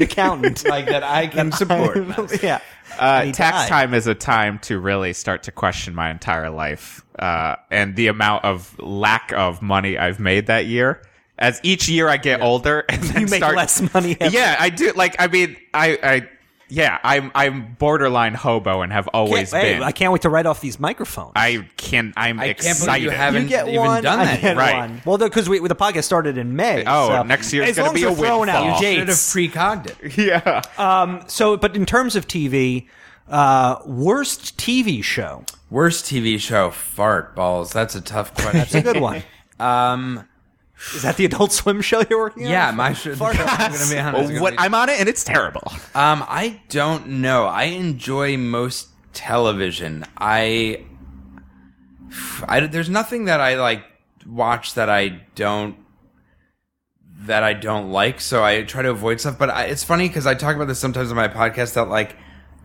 B: accountant.
D: like that I can support.
B: yeah. And
C: Uh,
B: he
C: tax
B: died.
C: time is a time to really start to question my entire life uh, and the amount of lack of money I've made that year. As each year I get older, and then
B: make
C: start-
B: less money every-
C: Yeah, I do. Like, I mean, I, I, yeah, I'm, I'm borderline hobo and have always
B: Hey,
C: been.
B: I can't wait to write off these microphones.
C: I can. I'm
D: I can't believe
C: excited.
D: you haven't
B: you get
D: even
B: one,
D: done
B: I
D: that.
B: get
D: yet.
C: Right.
B: one. Well, because we, the podcast started in May.
C: Oh,
B: so-
C: next year's
B: As
C: gonna
B: long
C: be
B: as
C: a
B: you're throwing out
C: windfall.
D: Should have
B: dates.
D: precogged it.
C: yeah.
B: So, but in terms of TV, uh, worst TV show.
D: Worst TV show, fart balls. That's a tough question.
B: It's a good one.
D: Um,
B: Is that the Adult Swim show you're working on?
D: yeah, my show.
B: Fart
D: I'm gonna be honest.
C: what I'm on it, and it's terrible.
D: Um, I don't know. I enjoy most television. I, I there's nothing that I like watch that I don't that I don't like. So I try to avoid stuff. But I, it's funny because I talk about this sometimes on my podcast that like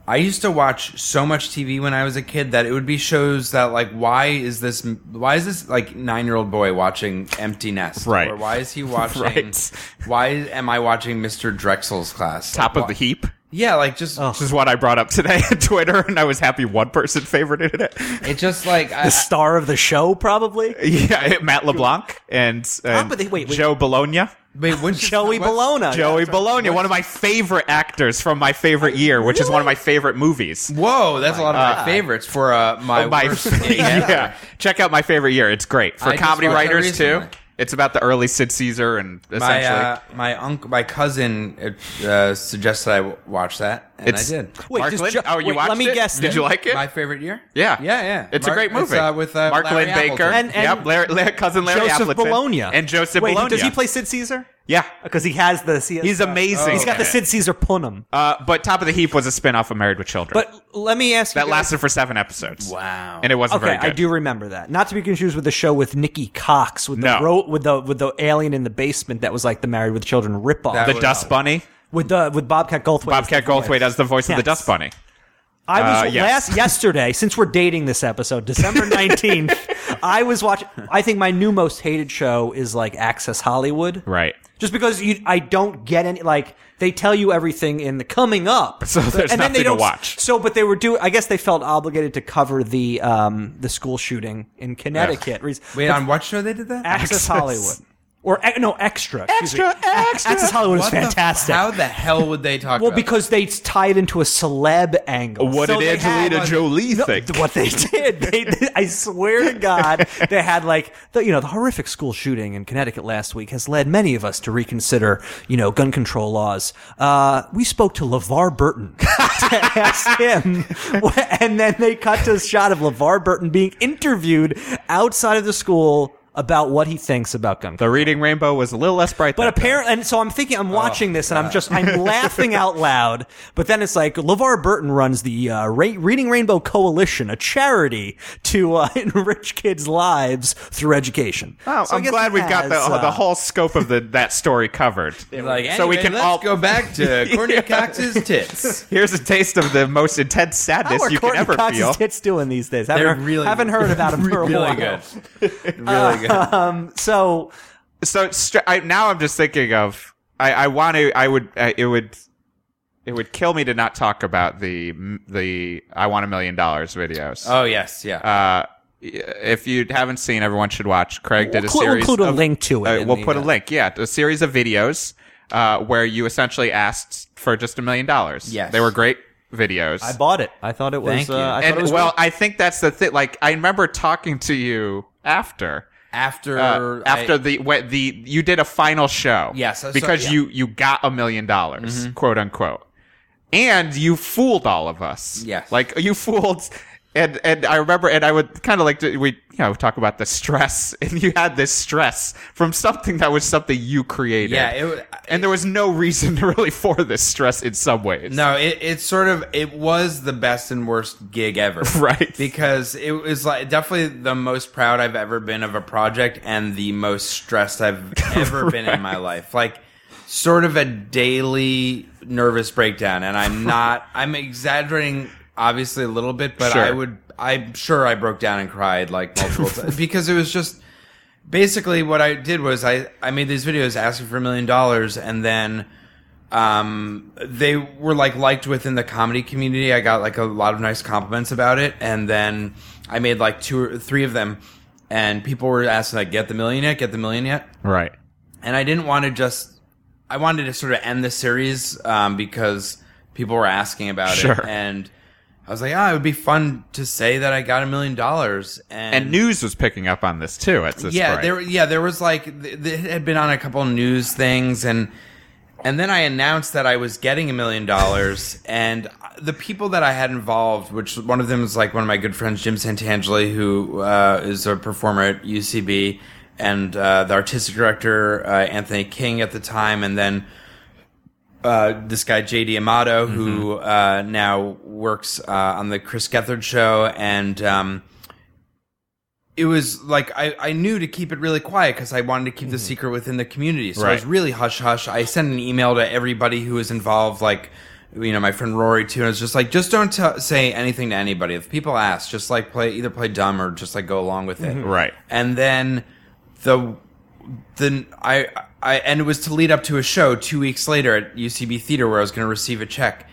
D: I used to watch so much TV when I was a kid that it would be shows that like why is this why is this like nine year old boy watching Empty Nest
C: Right.
D: or why is he watching
C: Right.
D: why am I watching Mr. Drexel's class
C: Top
D: Like,
C: of the
D: why-
C: heap.
D: yeah, like just
B: Oh.
C: This is what I brought up today on Twitter, and I was happy one person favorited it.
D: it just like I,
B: the star of the show, probably.
C: Yeah, Matt LeBlanc and, and
B: Oh, but they- wait, Oh, wait.
C: Joe Bologna.
D: wait, wouldn't you-
B: Joey
D: what-
B: Bologna.
C: Joey Bologna, one of my favorite actors from my
B: Oh,
C: favorite year, which is one of my favorite movies.
D: Whoa, that's a lot of my favorites for uh, my,
C: My,
B: Oh,
D: worst gig
C: yeah.
D: ever.
C: check out my favorite year. It's great for
D: I just
C: comedy
D: watched that
C: writers too.
D: recently.
C: It's about the early Sid Caesar and essentially.
D: My uh, my uncle, my cousin uh, suggested I w- watch that, and
C: It's-
D: I did.
B: Wait,
C: Mark
B: just
C: Lynn?
B: ju-
C: oh, you
B: wait,
C: watched
B: let me
C: it?
B: guess
C: Did
B: then.
C: you like it?
D: My favorite year.
C: yeah,
D: yeah, yeah.
C: It's a
D: Mark-
C: great
D: it's,
C: movie
D: uh, with uh,
C: Mark
D: Larry
C: Lynn Baker.
D: Appleton.
B: And- and
C: yep, Larry, Larry- cousin Larry
B: Joseph
C: Appleton
B: Bologna.
C: and Joseph
B: Wait,
C: Bologna.
B: Does he play Sid Caesar?
C: Yeah,
B: Because he has the. He has
C: He's
B: the-
C: amazing
B: He's got
C: in
B: the
C: it.
B: Sid Caesar punim.
C: uh, but Top of the Heap was a spin-off of Married with Children.
B: But let me ask you.
C: that
B: guys-
C: lasted for seven episodes.
D: Wow.
C: and it wasn't
B: Okay,
C: very good.
B: I do remember that. Not to be confused with the show with Nikki Cox with the
C: No.
B: ro- with the with the alien in the basement that was like the Married with Children ripoff.
D: That
C: the
D: was-
C: Dust Bunny.
B: with the with Bobcat Goldthwait.
C: Bobcat
B: as the voice.
C: Goldthwait as the voice of the
B: Yes.
C: Dust Bunny.
B: I was
C: Uh, yes.
B: last yesterday, since we're dating this episode, December nineteenth. I was watching. I think my new most hated show is like Access Hollywood,
C: Right.
B: Just because you, I don't get any. Like they tell you everything in the coming up,
C: So there's
B: and then
C: nothing
B: they
C: to
B: don't,
C: watch.
B: So, but they were doing. I guess they felt obligated to cover the um the school shooting in Connecticut.
D: Wait,
B: But
D: on what show they did that?
B: Access Hollywood. Or e- no extra, excuse me.
C: Extra,
B: A-
C: extra.
B: Access Hollywood is
D: What the-
B: fantastic.
D: how the hell would they talk?
B: well,
D: about
B: because they tie it into a celeb angle.
C: What
B: So
C: did
B: they had-
C: Angelina
D: had-
C: Jolie think?
B: what they did, they, I swear to God, they had like the you know the horrific school shooting in Connecticut last week has led many of us to reconsider you know gun control laws. Uh, we spoke to LeVar Burton to ask him, and then they cut to a shot of LeVar Burton being interviewed outside of the school about what he thinks about gun
C: the Reading Rainbow was a little less bright.
B: but
C: that day.
B: apparently, and so I'm thinking, I'm watching this, and I'm just, I'm laughing out loud. But then it's like LeVar Burton runs the uh, Ra- Reading Rainbow Coalition, a charity to uh, enrich kids' lives through education.
C: Oh,
B: So I
C: I'm
B: guess
C: glad
B: it
C: we've got the,
B: has, uh,
C: the whole scope of the that story covered.
D: Like,
C: so we
D: anyway,
C: can
D: let's
C: all
D: go back to Courtney Cox's tits.
C: Here's a taste of the most intense
B: How
C: sadness
B: are
C: you
B: Courtney
C: can ever
B: Cox's
C: feel.
B: tits doing these days? Haven't,
D: They're
B: heard-
D: really
B: haven't heard about them for a
D: really
B: while.
D: good, really good.
B: So
C: So str- I, now I'm just thinking of I, I want to I would uh, it would it would kill me to not talk about the the I want a million dollars videos.
D: Oh yes, yeah.
C: uh, if you haven't seen, everyone should watch. Craig did
B: We'll
C: a
B: cl- we'll
C: series.
B: include a
C: of-
B: link to it
C: Uh,
B: in
C: we'll
B: the,
C: put a
B: uh,
C: link. Yeah, a series of videos uh, where you essentially asked for just a million dollars.
D: Yes.
C: they were great videos.
B: I bought it. I thought it was.
D: Thank
B: uh,
D: you.
B: I thought it
C: and
B: was
C: well, I think that's the thing. Like I remember talking to you after.
D: after
C: Uh,
D: I-
C: after the when the you did a final show,
D: Yes, so- so-
C: because
D: yeah. Mm-hmm.
C: you you got a million dollars, quote unquote, and you fooled all of us.
D: Yes.
C: like you fooled, and and I remember, and I would kind of like to we you know talk about the stress, and you had this stress from something that was something you created.
D: yeah, it, wa-
C: and there was no reason really for this stress in some ways.
D: No, it, it's sort of it was the best and worst gig ever,
C: Right.
D: Because it was like definitely the most proud I've ever been of a project, and the most stressed I've ever been in my life. Like sort of a daily nervous breakdown, and I'm not. I'm exaggerating, obviously a little bit, but I
C: Sure.
D: would. I'm sure I broke down and cried like multiple times because it was just basically what I did was I, I made these videos asking for a million dollars and then um, they were like liked within the comedy community. I got like a lot of nice compliments about it and then I made like two or three of them and people were asking like get the million yet, get the million yet.
C: right.
D: And I didn't want to just I wanted to sort of end the series um, because people were asking about
C: Sure.
D: it and I was like, ah, it would be fun to say that I got a million dollars
C: And news was picking up on this too. At this
D: Mm. yeah
C: point.
D: there yeah there was like th- th- it had been on a couple news things and and then i announced that i was getting a million dollars and the people that i had involved which one of them is like one of my good friends jim santangeli who uh, is a performer at ucb and uh, the artistic director uh, anthony king at the time and then uh, this guy JD Amato, who
C: Mm-hmm.
D: uh, now works uh, on the Chris Gethard show, and um, it was like I, I knew to keep it really quiet because I wanted to keep the secret within the community. So I was
C: Mm-hmm. Right.
D: really hush hush. I sent an email to everybody who was involved, like you know my friend Rory too, and I was just like, just don't tell say anything to anybody. If people ask, just like play either play dumb or just like go along with it.
C: Mm-hmm. Right.
D: And then the then I I and it was to lead up to a show two weeks later at UCB Theater where I was going to receive a check,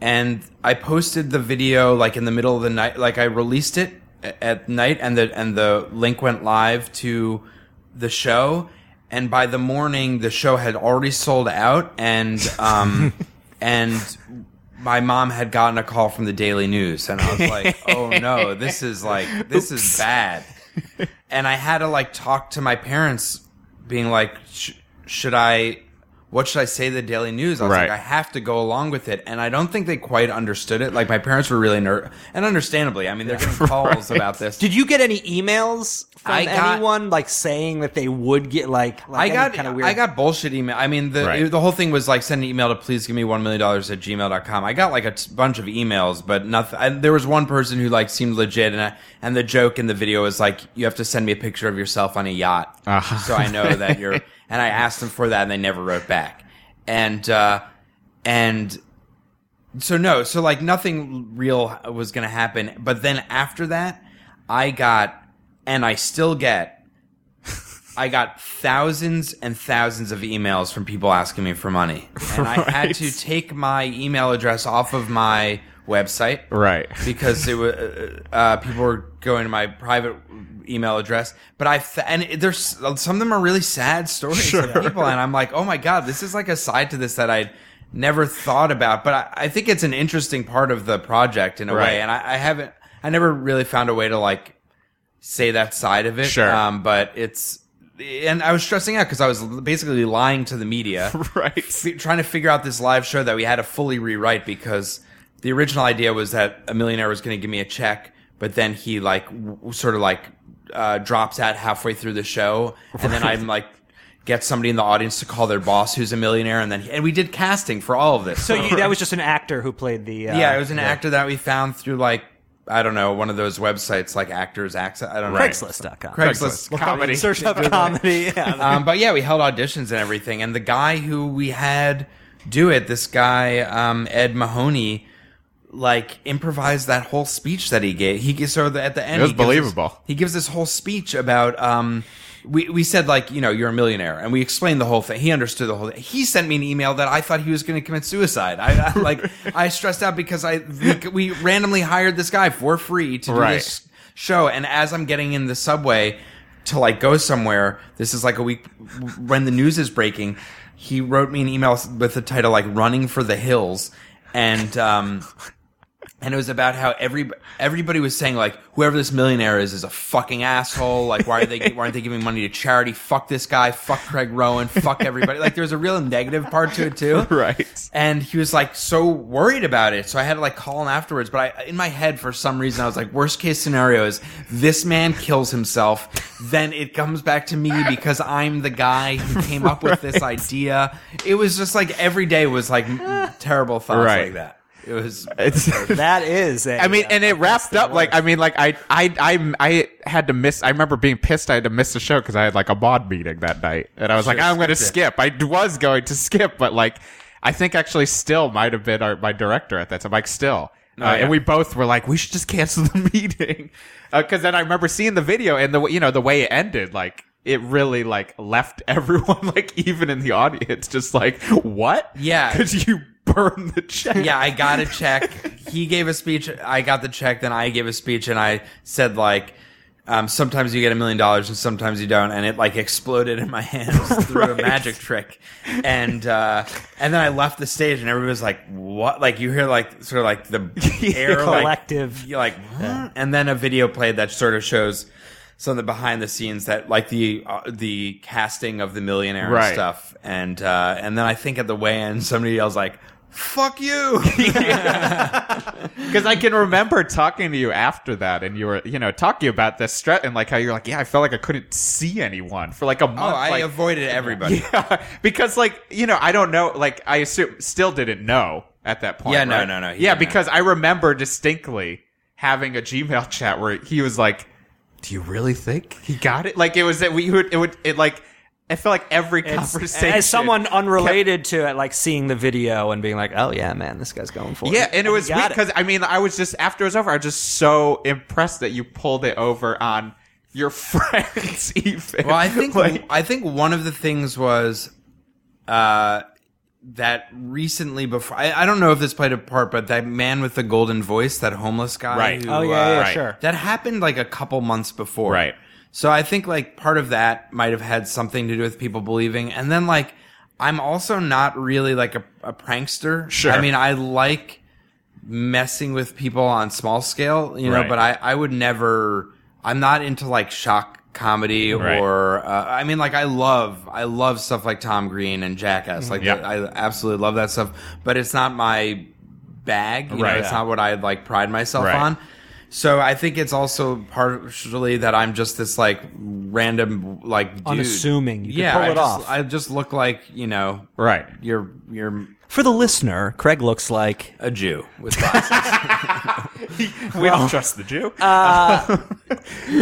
D: and I posted the video like in the middle of the night, like I released it a- at night, and the and the link went live to the show, and by the morning the show had already sold out, and um and. My mom had gotten a call from the Daily News, and I was like, "Oh no, this is like this is bad." and I had to like talk to my parents being like, sh- should I? What should I say to the Daily News? I was
C: Right.
D: like, I have to go along with it, and I don't think they quite understood it. Like my parents were really ner, and understandably, I mean, they're getting calls about this.
B: Did you get any emails from
D: I got-
B: anyone like saying that they would get like,
D: I
B: like
D: got
B: kind of weird?
D: I got bullshit email. I mean, the
C: Right.
D: the whole thing was like send an email to please give me one million dollars at gmail.com. I got like a t- bunch of emails, but nothing. I, there was one person who like seemed legit, and I, and the joke in the video is like you have to send me a picture of yourself on a yacht,
C: Uh-huh.
D: so I know that you're. And I asked them for that, and they never wrote back. And uh, and so no, so like nothing real was going to happen. But then after that, I got and I still get I got thousands and thousands of emails from people asking me for money. And I had to take my email address off of my website
C: Right.
D: because it was uh, people were going to my private email address. But I th- and there's some of them are really sad stories of people, and I'm like, oh my god, this is like a side to this that I never thought about. But I, I think it's an interesting part of the project in a
C: Right.
D: way, and I, I haven't, I never really found a way to like say that side of it.
C: Sure.
D: um, but it's. And I was stressing out because I was basically lying to the media,
C: Right.
D: fi- trying to figure out this live show that we had to fully rewrite because the original idea was that a millionaire was going to give me a check, but then he like w- sort of like uh, drops out halfway through the show, and then I'm like get somebody in the audience to call their boss who's a millionaire, and then and we did casting for all of this.
B: so you, that was just an actor who played the. Uh,
D: yeah, it was an actor that we found through like I don't know one of those websites like Actors Access. I don't know
B: Craigslist.com.
D: Craigslist.
C: comedy.
B: Search up comedy. Yeah.
D: um, but yeah, we held auditions and everything, and the guy who we had do it, this guy um, Ed Mahoney, like improvised that whole speech that he gave. He so the, at the end
C: It was
D: he gives this-
C: believable.
D: he gives this whole speech about. Um, we, we said like you know you're a millionaire and we explained the whole thing he understood the whole thing he sent me an email that i thought he was going to commit suicide i, I like i stressed out because i we, we randomly hired this guy for free to do
C: Right.
D: this show and as i'm getting in the subway to like go somewhere this is like a week when the news is breaking he wrote me an email with the title like running for the hills and um and it was about how every everybody was saying like whoever this millionaire is is a fucking asshole like why are they why aren't they giving money to charity fuck this guy fuck Craig Rowan fuck everybody like there was a real negative part to it too
C: Right.
D: and he was like so worried about it so i had to like call him afterwards but i in my head for some reason i was like worst case scenario is this man kills himself then it comes back to me because i'm the guy who came up with this idea it was just like every day was like m- terrible thoughts
C: Right. Uh,
D: like that it was
C: It's.
B: that is. A,
C: I mean,
B: uh,
C: and it wrapped up like I mean, like I, I, I, I had to miss. I remember being pissed. I had to miss the show because I had like a mod meeting that night, and I was like, I'm going to skip. I d- was going to skip, but like, I think actually, still might have been our, my director at that time, Mike Still, uh,
D: Oh, yeah.
C: and we both were like, we should just cancel the meeting because then I remember seeing the video and the w- you know the way it ended, like it really like left everyone like even in the audience just like what
D: Yeah.
C: because you burn the check
D: yeah, I got a check. He gave a speech. I got the check. Then I gave a speech, and I said like, um, sometimes you get a million dollars, and sometimes you don't. And it like exploded in my hands through a magic trick. And uh, and then I left the stage, and everybody was like, "What?" Like you hear like sort of like the air like-
B: Collective.
D: you're like, "Huh?" and then a video played that sort of shows some of the behind the scenes that like the uh, the casting of the millionaire
C: Right.
D: and stuff, and uh, and then I think at the weigh in somebody yells like, "Fuck you!"
C: Because I can remember talking to you after that, and you were, you know, talking about this stress and like how you're like, yeah, I felt like I couldn't see anyone for like a month.
D: oh, I
C: like,
D: avoided everybody. Yeah,
C: yeah, because like you know, I don't know. Like I assume, still didn't know at that point.
D: Yeah, no,
C: right?
D: no, no, he
C: Yeah,
D: didn't know.
C: because I remember distinctly having a Gmail chat where he was like, "Do you really think he got it?" Like it was that we would, it would, it like, I felt like every
B: it's-
C: conversation
B: as someone unrelated to it, like seeing the video and being like, "Oh yeah, man, this guy's going for it."
C: Yeah, and it
B: he
C: was
B: got
C: weird because I mean, I was just after it was over, I was just so impressed that you pulled it over on your friends. Even
D: Well, I think
C: like,
D: I think one of the things was uh, that recently before I, I don't know if this played a part, but that man with the golden voice, that homeless guy,
C: Right.
D: who,
B: Oh yeah, yeah,
D: uh,
C: right.
B: sure.
D: That happened like a couple months before.
C: Right.
D: So I think like part of that might have had something to do with people believing. And then like I'm also not really like a, a prankster.
C: Sure.
D: I mean, I like messing with people on small scale, you know,
C: Right.
D: but I, I would never I'm not into like shock comedy
C: Right.
D: or uh, I mean like I love I love stuff like Tom Green and Jackass like
C: Mm-hmm. Yeah.
D: the- I absolutely love that stuff but it's not my bag you
C: Right.
D: know, it's not what I like pride myself
C: Right.
D: on so I think it's also partially that I'm just this like random like dude.
B: Unassuming. You can
D: yeah
B: pull
D: I
B: it
D: just,
B: off.
D: I just look like you know
C: Right.
D: you're you're
B: For the listener, Craig looks like
D: a Jew with glasses.
C: We Uh, don't trust the Jew.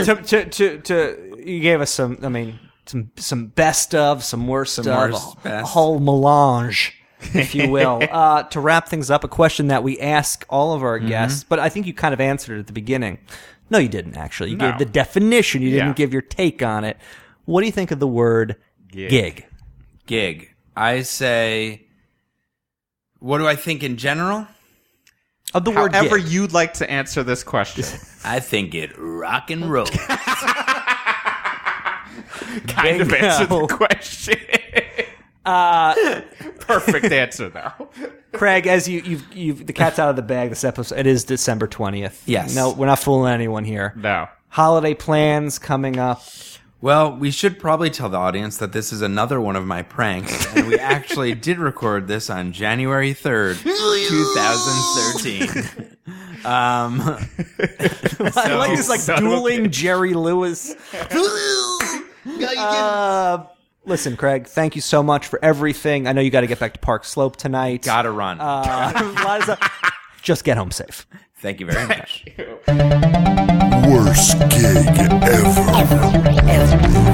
B: to, to, to, to you gave us some. I mean, some some best of, some worst some of,
D: worst,
B: a
D: best.
B: whole melange, if you will. uh, to wrap things up, a question that we ask all of our guests, but I think you kind of answered it at the beginning. No, you didn't actually. You
C: No.
B: gave the definition. You didn't
C: Yeah.
B: give your take on it. What do you think of the word gig?
D: gig. I say, what do I think in general?
B: Of the word
C: However,
B: gig.
C: you'd like to answer this question.
D: I think it rock and roll.
C: kind of
B: Bingo.
C: answer the question. Uh, Perfect answer, though.
B: Craig, as you, you've, you've, the cat's out of the bag this episode. It is December 20th.
D: Yes.
B: No, we're not fooling anyone here.
C: No.
B: Holiday plans coming up.
D: well, we should probably tell the audience that this is another one of my pranks, and we actually did record this on January 3rd, 2013.
B: I like this, like,
C: son of a
B: dueling Jerry Lewis. Uh, listen, Craig, thank you so much for everything. I know you got to get back to Park Slope tonight.
D: Gotta run.
B: Uh, a lot of stuff. Just get home safe.
D: Thank you very much.
A: Worst gig ever.